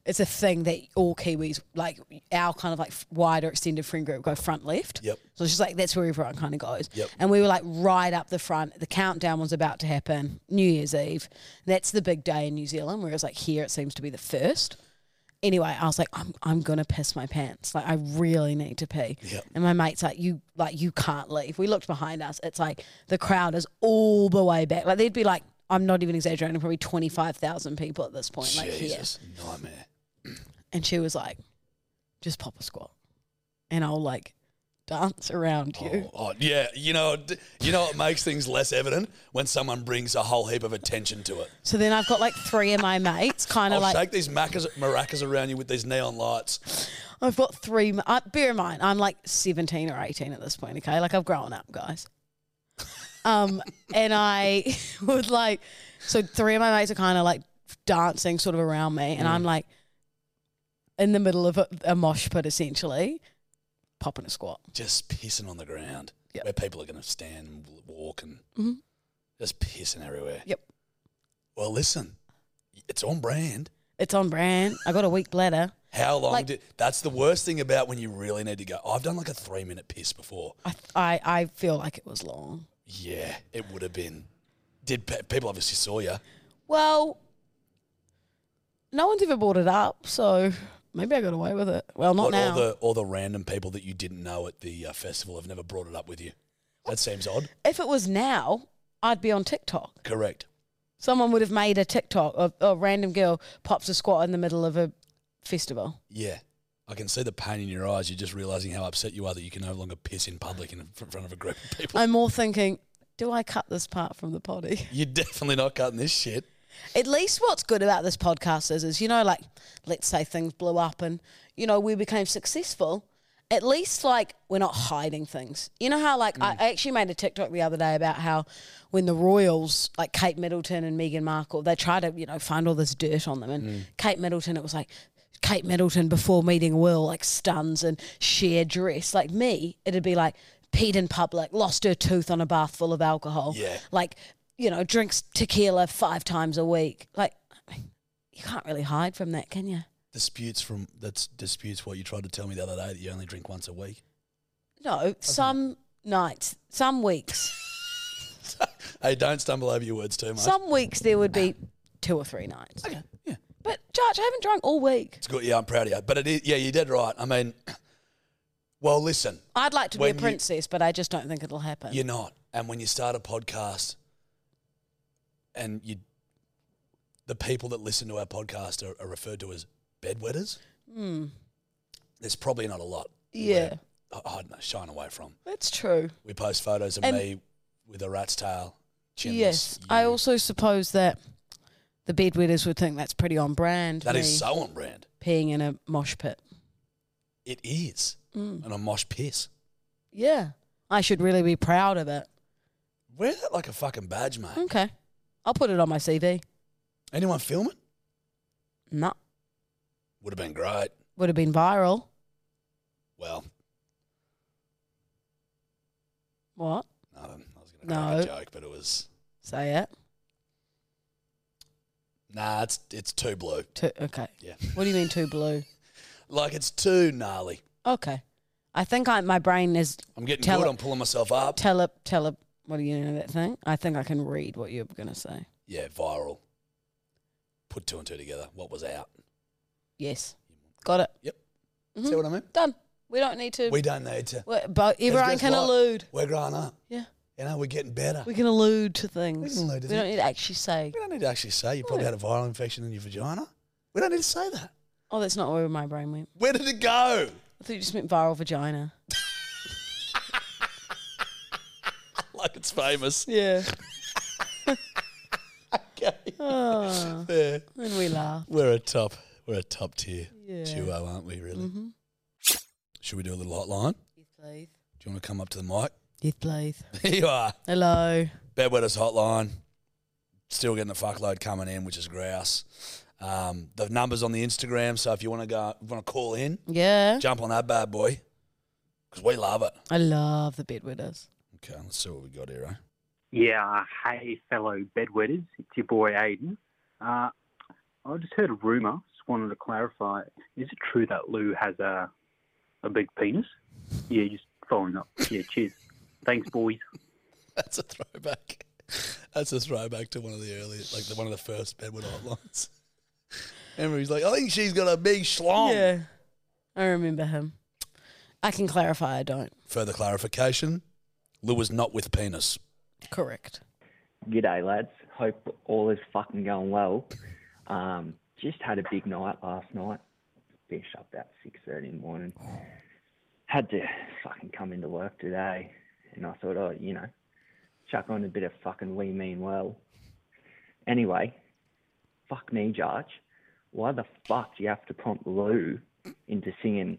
Speaker 1: it's a thing that all Kiwis like our kind of like wider extended friend group go front left.
Speaker 2: Yep.
Speaker 1: So it's just like that's where everyone kind of goes.
Speaker 2: Yep.
Speaker 1: And we were like right up the front. The countdown was about to happen. New Year's Eve. That's the big day in New Zealand. Whereas like here it seems to be the first. Anyway, I was like, I'm I'm gonna piss my pants. Like I really need to pee.
Speaker 2: Yep.
Speaker 1: And my mate's like, you like you can't leave. We looked behind us. It's like the crowd is all the way back. Like there'd be like I'm not even exaggerating, probably twenty five thousand people at this point. Like here.
Speaker 2: Jesus, nightmare.
Speaker 1: And she was like, just pop a squat. And I'll like dance around you.
Speaker 2: Oh, oh, yeah, you know, d- you know, it makes things less evident when someone brings a whole heap of attention to it.
Speaker 1: So then I've got like three of my mates kind
Speaker 2: I'll
Speaker 1: of like,
Speaker 2: shake these macas, maracas around you with these neon lights.
Speaker 1: I've got three. ma- Uh, bear in mind, I'm like 17 or 18 at this point, okay? Like I've grown up, guys. Um, and I would like, so three of my mates are kind of like dancing sort of around me, and
Speaker 2: Mm.
Speaker 1: I'm like in the middle of a, a mosh pit essentially, popping a squat.
Speaker 2: just pissing on the ground
Speaker 1: Yep.
Speaker 2: where people are going to stand and w- walk and
Speaker 1: Mhm.
Speaker 2: just pissing everywhere.
Speaker 1: Yep.
Speaker 2: Well, listen, it's on brand.
Speaker 1: It's on brand. I got a weak bladder.
Speaker 2: How long
Speaker 1: Like-
Speaker 2: did that's the worst thing about when you really need to go. "Oh, I've done like a three minute piss before.
Speaker 1: I, I, I feel like it was long.
Speaker 2: Yeah, it would have been. Did pe- people obviously saw you?
Speaker 1: Well, no one's ever brought it up, so maybe I got away with it. Well, not
Speaker 2: Like,
Speaker 1: now.
Speaker 2: All the all the random people that you didn't know at the uh, festival have never brought it up with you. That seems odd.
Speaker 1: if it was now, I'd be on TikTok.
Speaker 2: Correct.
Speaker 1: Someone would have made a TikTok of a random girl pops a squat in the middle of a festival.
Speaker 2: Yeah. I can see the pain in your eyes. You're just realizing how upset you are that you can no longer piss in public in in front of a group of people.
Speaker 1: I'm more thinking, do I cut this part from the potty?
Speaker 2: You're definitely not cutting this shit.
Speaker 1: At least what's good about this podcast is, is you know, like let's say things blew up and you know we became successful. At least like we're not hiding things. You know how like I I actually made a TikTok the other day about how when the royals like Kate Middleton and Meghan Markle they try to you know find all this dirt on them and Kate Middleton it was like Kate Middleton before meeting Will like stuns and sheer dress like me it'd be like peed in public lost her tooth on a bath full of alcohol
Speaker 2: Yeah.
Speaker 1: like you know drinks tequila five times a week like you can't really hide from that can you
Speaker 2: disputes from that's disputes what you tried to tell me the other day that you only drink once a week.
Speaker 1: no some nights some weeks
Speaker 2: hey, don't stumble over your words too much.
Speaker 1: some weeks there would be two or three nights
Speaker 2: okay, yeah,
Speaker 1: but judge i haven't drunk all week
Speaker 2: it's good. Yeah, I'm proud of you. But it is, yeah, you're dead right. I mean, well, listen,
Speaker 1: i'd like to
Speaker 2: When
Speaker 1: be
Speaker 2: you-
Speaker 1: a princess but i just don't think it'll happen
Speaker 2: you're not. And when you start a podcast, and you, the people that listen to our podcast are, are referred to as bedwetters.
Speaker 1: Hmm.
Speaker 2: There's probably not a lot.
Speaker 1: yeah
Speaker 2: I, I don't know, shine away from.
Speaker 1: that's true
Speaker 2: We post photos of
Speaker 1: And-
Speaker 2: me with a rat's tail. Chinless,
Speaker 1: yes i
Speaker 2: you.
Speaker 1: also suppose that the bedwetters would think that's pretty on brand
Speaker 2: That
Speaker 1: me
Speaker 2: is so on brand.
Speaker 1: peeing in a mosh pit
Speaker 2: It is.
Speaker 1: Mm.
Speaker 2: And a mosh piss.
Speaker 1: yeah i should really be proud of it
Speaker 2: Wear that like a fucking badge, mate.
Speaker 1: okay i'll put it on my cv
Speaker 2: Anyone film it?
Speaker 1: no
Speaker 2: Would have been great.
Speaker 1: would have been viral.
Speaker 2: Well,
Speaker 1: What?
Speaker 2: no, I was going to crack
Speaker 1: No.
Speaker 2: a joke, but it was
Speaker 1: Say it.
Speaker 2: nah. It's it's too blue.
Speaker 1: Too, okay.
Speaker 2: Yeah,
Speaker 1: What do you mean too blue?
Speaker 2: like it's too gnarly.
Speaker 1: Okay. I think I, my brain is
Speaker 2: I'm getting
Speaker 1: Tell
Speaker 2: good.
Speaker 1: it.
Speaker 2: I'm pulling myself up.
Speaker 1: tele tele. What do you know that thing? I think I can read what you're gonna say.
Speaker 2: yeah, viral. Put two and two together. What was out?
Speaker 1: Yes. Got it.
Speaker 2: Yep.
Speaker 1: Mhm.
Speaker 2: See what I mean?
Speaker 1: Done. We don't need to.
Speaker 2: We don't need to.
Speaker 1: We, but everyone
Speaker 2: guess
Speaker 1: can
Speaker 2: what?
Speaker 1: allude.
Speaker 2: We're growing up.
Speaker 1: Yeah.
Speaker 2: You know, we're getting better.
Speaker 1: We can allude to things.
Speaker 2: We can allude to
Speaker 1: We don't
Speaker 2: things.
Speaker 1: need to actually say.
Speaker 2: We don't need to actually say you probably
Speaker 1: No.
Speaker 2: had a viral infection in your vagina. We don't need to say that.
Speaker 1: Oh, that's not where my brain went.
Speaker 2: Where did it go?
Speaker 1: I thought you just meant viral vagina.
Speaker 2: Like it's famous.
Speaker 1: Yeah.
Speaker 2: Okay.
Speaker 1: oh,
Speaker 2: Yeah.
Speaker 1: and we laugh.
Speaker 2: We're a top. We're a top tier
Speaker 1: Yeah.
Speaker 2: duo, aren't we? Really?
Speaker 1: Mm-hmm.
Speaker 2: Should we do a little hotline?
Speaker 1: Yes, please.
Speaker 2: Do you want to come up to the mic?
Speaker 1: Yes, please.
Speaker 2: Here you are.
Speaker 1: Hello.
Speaker 2: Bedwetters hotline. Still getting a fuckload coming in, which is grouse. Um, the numbers on the Instagram. So if you want to go, want to call in,
Speaker 1: Yeah.
Speaker 2: jump on that bad boy, because we love it.
Speaker 1: I love the bed widows.
Speaker 2: Okay, let's see what we got here. Eh?
Speaker 5: Yeah, hey fellow bedwetters, it's your boy Aiden. Uh, I just heard a rumor. Just wanted to clarify. Is it true that Lou has a a big penis? Yeah, just following up. Yeah, cheers. Thanks, boys.
Speaker 2: That's a throwback. That's a throwback to one of the earlier, like the, one of the first Bedwood hotlines. Remember, he's like, I think she's got a big schlong.
Speaker 1: Yeah. I remember him. I can clarify I don't.
Speaker 2: Further clarification: Lou is not with penis.
Speaker 1: Correct.
Speaker 6: G'day, lads. Hope all is fucking going well. Um, just had a big night last night. Finished up about six thirty in the morning. Had to fucking come into work today, and I thought, oh, you know, chuck on a bit of fucking we mean well. Anyway, fuck me, Judge. Why the fuck do you have to prompt Lou into singing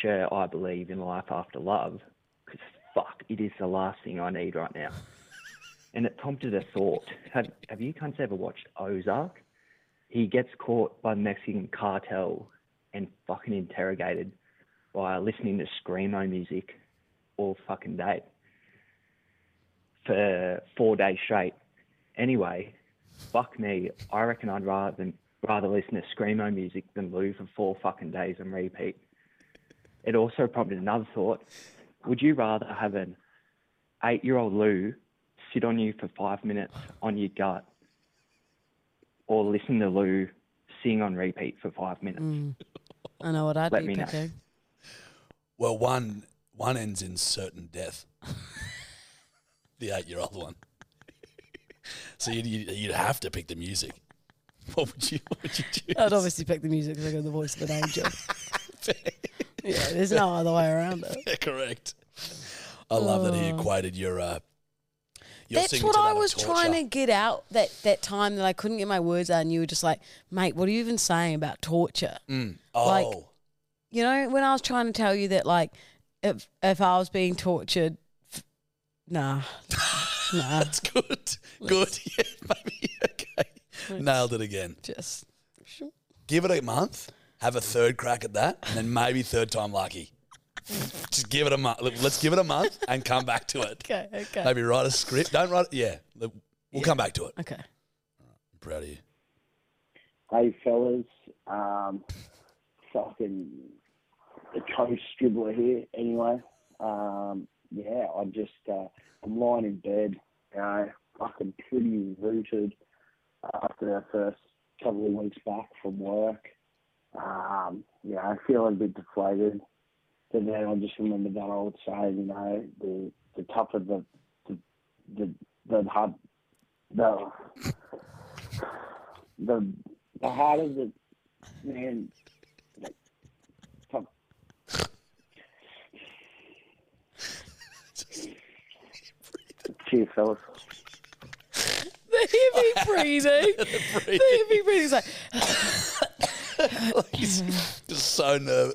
Speaker 6: "Sure, I believe in life after love"? Because fuck, it is the last thing I need right now and it prompted a thought. Have, have you cunts ever watched Ozark? He gets caught by the Mexican cartel and fucking interrogated by listening to Screamo music all fucking day for four days straight. Anyway, fuck me. I reckon I'd rather than, rather listen to Screamo music than Lou for four fucking days and repeat. It also prompted another thought. Would you rather have an eight year old Lou sit on you for five minutes on your gut or listen to Lou sing on repeat for five minutes.
Speaker 1: I know what I'd
Speaker 6: Let
Speaker 1: be
Speaker 6: me know.
Speaker 1: picking.
Speaker 2: Well, one one ends in certain death. the eight-year-old one. so you'd, you'd, you'd have to pick the music. What would you? What would you choose?
Speaker 1: I'd obviously pick the music because I got the voice of an angel. yeah, there's no other way around it.
Speaker 2: Yeah, correct. I love that he equated your. Uh,
Speaker 1: Oh.
Speaker 2: your
Speaker 1: That's
Speaker 2: singing
Speaker 1: what
Speaker 2: to
Speaker 1: I
Speaker 2: that of
Speaker 1: was
Speaker 2: torture.
Speaker 1: trying to get out that, that time that I couldn't get my words out, and you were just like, mate, what are you even saying about torture?
Speaker 2: Mm. Oh,
Speaker 1: like- You know, when I was trying to tell you that, like, if if I was being tortured, f- nah, nah,
Speaker 2: that's good. Good. Yeah, maybe. Okay. Nailed it again.
Speaker 1: just
Speaker 2: Give it a month. Have a third crack at that, and then maybe third time lucky. Just give it a month. Let's give it a month and come back to it.
Speaker 1: okay, okay,
Speaker 2: Maybe write a script. Don't write it. Yeah. We'll come back to it. I'm
Speaker 1: okay.
Speaker 2: proud of you.
Speaker 7: Hey fellas, um, fucking the coach dribbler here. Anyway, um, yeah, I just uh, I'm lying in bed, you know, fucking pretty rooted after our first couple of weeks back from work. Um, yeah, I feel a bit deflated. But then I just remember that old saying, you know, the the tougher the the the, the hard the the the harder the man. like, fuck. Cheers, fellas.
Speaker 1: The heavy breathing, the heavy breathing's like,
Speaker 2: Just so nervous.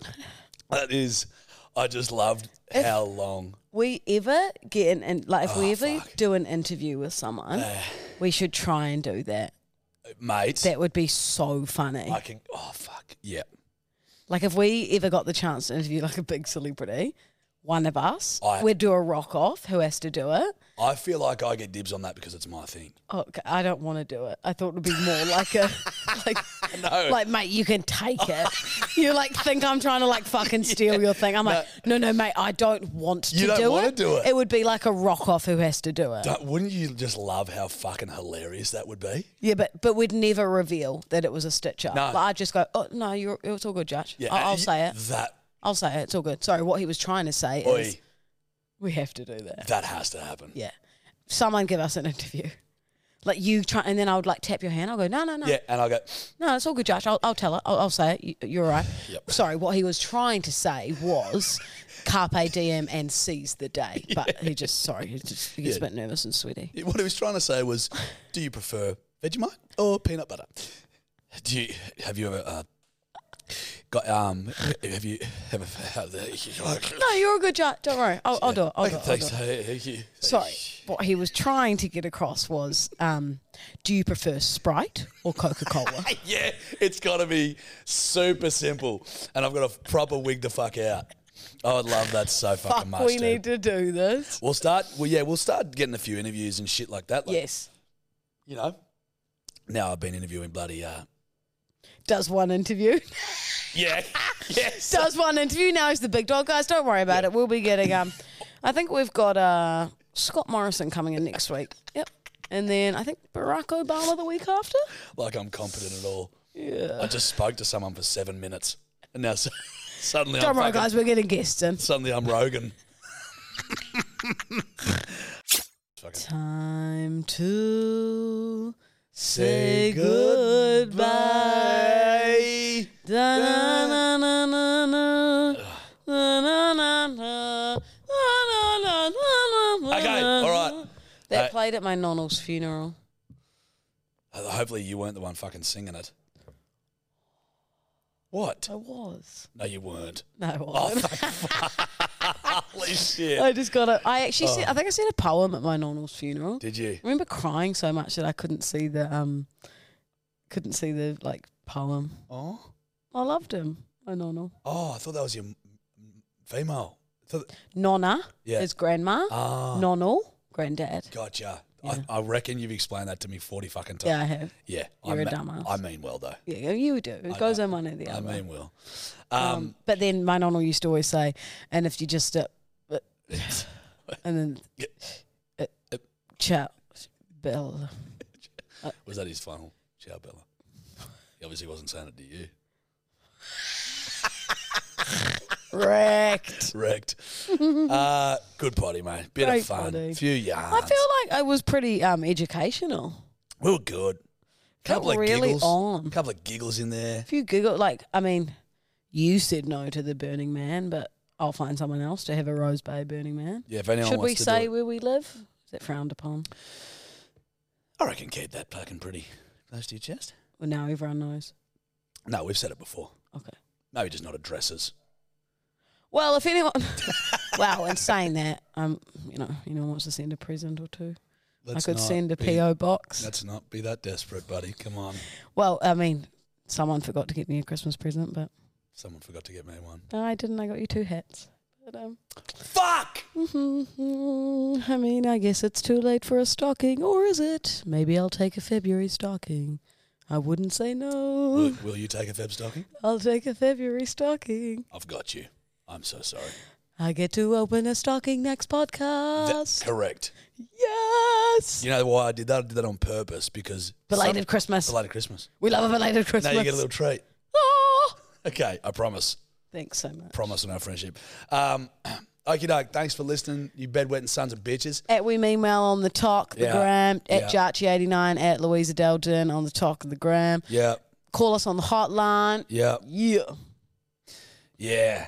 Speaker 2: That is, I just loved how long.
Speaker 1: we ever get an, and like if we ever do an interview with someone, we should try and do that.
Speaker 2: Mate.
Speaker 1: That would be so funny.
Speaker 2: I
Speaker 1: Like,
Speaker 2: can. Oh, fuck. Yeah.
Speaker 1: if we ever got the chance to interview like a big celebrity, one of us,
Speaker 2: I-
Speaker 1: we'd do a rock off. Who has to do it?
Speaker 2: I feel like I get dibs on that because it's my thing.
Speaker 1: Oh, okay, I don't want to do it. I thought it would be more like a like,
Speaker 2: No.
Speaker 1: like mate, you can take it. you like think I'm trying to like fucking steal your thing. I'm like, no, no, mate, I don't want to
Speaker 2: You don't
Speaker 1: do
Speaker 2: wanna
Speaker 1: it.
Speaker 2: do it.
Speaker 1: It would be like a rock off who has to do it.
Speaker 2: Don't- wouldn't you just love how fucking hilarious that would be?
Speaker 1: Yeah, but but we'd never reveal that it was a stitch up.
Speaker 2: No.
Speaker 1: Like, I'd just go, oh no, you're, it's all good, Judge.
Speaker 2: Yeah.
Speaker 1: I'll, I'll
Speaker 2: and you-
Speaker 1: say it.
Speaker 2: That.
Speaker 1: I'll say it. It's all good. Sorry, what he was trying to say
Speaker 2: Oi,
Speaker 1: is we have to do that.
Speaker 2: that has to happen.
Speaker 1: Yeah. Someone give us an interview. Like you try, and then I would like tap your hand. I'll go, no, no, no,
Speaker 2: Yeah, and I go,
Speaker 1: no, it's all good, Judge. I'll, I'll tell it. I'll, I'll say it. You, you're all right.
Speaker 2: Yep.
Speaker 1: Sorry, what he was trying to say was carpe diem and seize the day. But he just, sorry, he, just, he gets
Speaker 2: Yeah.
Speaker 1: a bit nervous and sweaty.
Speaker 2: what he was trying to say was, do you prefer Vegemite or peanut butter? Do you have you ever uh, got um have you ever have the,
Speaker 1: No, you're a good judge. Don't worry. I'll, I'll do it. I'll do it. I'll do
Speaker 2: Thanks.
Speaker 1: it.
Speaker 2: Thank you.
Speaker 1: Sorry, what he was trying to get across was, um, do you prefer Sprite or Coca Cola?
Speaker 2: Yeah, it's got to be super simple, and I've got a proper wig the fuck out. Oh, I would love that so fucking much.
Speaker 1: we
Speaker 2: dude.
Speaker 1: need to do this.
Speaker 2: We'll start. Well, yeah, we'll start getting a few interviews and shit like that. Like,
Speaker 1: Yes.
Speaker 2: you know. Now I've been interviewing bloody uh,
Speaker 1: does one interview.
Speaker 2: Yeah. yes.
Speaker 1: does one interview. Now he's the big dog, guys. Don't worry about it. We'll be getting um, I think we've got uh Scott Morrison coming in next week. Yep, and then I think Barack Obama the week after.
Speaker 2: Like I'm competent at all. Yeah. I just spoke to someone for seven minutes, and now s- suddenly
Speaker 1: Don't
Speaker 2: I'm
Speaker 1: worry,
Speaker 2: fucking-
Speaker 1: guys. We're getting guests in.
Speaker 2: Suddenly I'm Rogan.
Speaker 1: Time to say goodbye. Da na na na na na. Na na na na. Na na na na na.
Speaker 2: Okay,
Speaker 1: na.
Speaker 2: all right.
Speaker 1: That
Speaker 2: Uh,
Speaker 1: played at my nonal's funeral.
Speaker 2: Uh, Hopefully you weren't the one fucking singing it. What?
Speaker 1: I was.
Speaker 2: No, you weren't.
Speaker 1: No, I wasn't.
Speaker 2: Oh, fuck. Holy shit.
Speaker 1: I just got a. I actually, said, I think I said a poem at my nonal's funeral.
Speaker 2: Oh. Did you?
Speaker 1: I remember crying so much that I couldn't see the um, couldn't see the like poem.
Speaker 2: Oh.
Speaker 1: I loved him. My nonal,
Speaker 2: Oh, I thought that was your m- m- female. I thought-
Speaker 1: Nonna,
Speaker 2: Yeah.
Speaker 1: his grandma,
Speaker 2: Ah.
Speaker 1: nonal, granddad.
Speaker 2: Gotcha.
Speaker 1: Yeah.
Speaker 2: I, I reckon you've explained that to me 40 fucking times.
Speaker 1: Yeah, I have.
Speaker 2: Yeah,
Speaker 1: You're
Speaker 2: I
Speaker 1: a
Speaker 2: me-
Speaker 1: dumbass.
Speaker 2: I mean well though.
Speaker 1: Yeah, you do. It
Speaker 2: I
Speaker 1: goes
Speaker 2: know.
Speaker 1: on one or the
Speaker 2: I
Speaker 1: other.
Speaker 2: mean well.
Speaker 1: um,
Speaker 2: Um,
Speaker 1: but then my nonal used to always say, "And if you just," uh, uh, and then,
Speaker 2: Um, Yeah.
Speaker 1: uh, ciao, Bill.
Speaker 2: was that his final? Ciao, Bella. He obviously wasn't saying it to you.
Speaker 1: Wrecked.
Speaker 2: Correct. uh, good potty, mate. Bit
Speaker 1: Great
Speaker 2: of fun.
Speaker 1: potty.
Speaker 2: Few yards.
Speaker 1: I feel like I was pretty um, educational.
Speaker 2: we were good.
Speaker 1: Felt
Speaker 2: Couple of
Speaker 1: really
Speaker 2: giggles.
Speaker 1: on.
Speaker 2: Couple of giggles in there.
Speaker 1: If you Google, like, I mean, you said no to the Burning Man, but I'll find someone else to have a Rose Bay Burning Man.
Speaker 2: Yeah, if anyone
Speaker 1: Should
Speaker 2: wants
Speaker 1: we
Speaker 2: to
Speaker 1: say
Speaker 2: do it,
Speaker 1: where we live? Is that frowned upon?
Speaker 2: I reckon keep that fucking pretty close to your chest.
Speaker 1: Well, now everyone knows.
Speaker 2: No, we've said it before.
Speaker 1: Okay.
Speaker 2: Maybe just not addresses.
Speaker 1: Well, if anyone, well, in saying that, um, you know, you know, wants to send a present or two,
Speaker 2: Let's
Speaker 1: I could
Speaker 2: not
Speaker 1: send a
Speaker 2: be-
Speaker 1: PO box.
Speaker 2: Let's not be that desperate, buddy. Come on.
Speaker 1: Well, I mean, someone forgot to get me a Christmas present, but
Speaker 2: Someone forgot to get me one.
Speaker 1: no, I didn't. I got you two hats. But um,
Speaker 2: Fuck!
Speaker 1: Mhm. I mean, I guess it's too late for a stocking, or is it? Maybe I'll take a February stocking. I wouldn't say
Speaker 2: Will,
Speaker 1: no.
Speaker 2: will you take a Feb stocking?
Speaker 1: I'll take a February stocking.
Speaker 2: I've got you. I'm so sorry.
Speaker 1: I get to open a stocking next
Speaker 2: That's
Speaker 1: podcast.
Speaker 2: correct.
Speaker 1: yes.
Speaker 2: You know why I did that? I did that on purpose because
Speaker 1: Belated Christmas.
Speaker 2: Belated Christmas.
Speaker 1: We love a belated Christmas.
Speaker 2: Now you get a little treat.
Speaker 1: Oh,
Speaker 2: Okay, I promise.
Speaker 1: thanks so much.
Speaker 2: Promise on our friendship. Um, Okie doke. Thanks for listening, you bedwetting sons of bitches.
Speaker 1: At We Mean Well on the talk, the
Speaker 2: Yeah.
Speaker 1: gram. At
Speaker 2: Yeah.
Speaker 1: Jarchi89, at Louisa Delden on the talk of the gram.
Speaker 2: Yeah,
Speaker 1: Call us on the hotline.
Speaker 2: yeah,
Speaker 1: Yeah.
Speaker 2: yeah.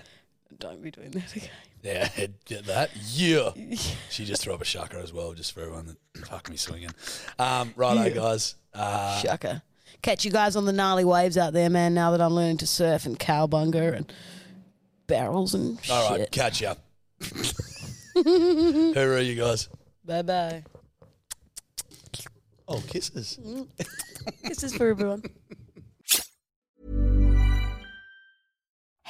Speaker 1: Don't be doing that again.
Speaker 2: Yeah, get that. Yeah. She just threw up a shocker as well, just for everyone that fuck me swinging. Um, righto, guys. Uh,
Speaker 1: Shucker. Catch you guys on the gnarly waves out there, man, now that I'm learning to surf and cowbunga and barrels and
Speaker 2: all right,
Speaker 1: shit.
Speaker 2: catch ya. Who are you guys?
Speaker 1: Bye bye.
Speaker 2: Oh, kisses.
Speaker 1: This is for everyone.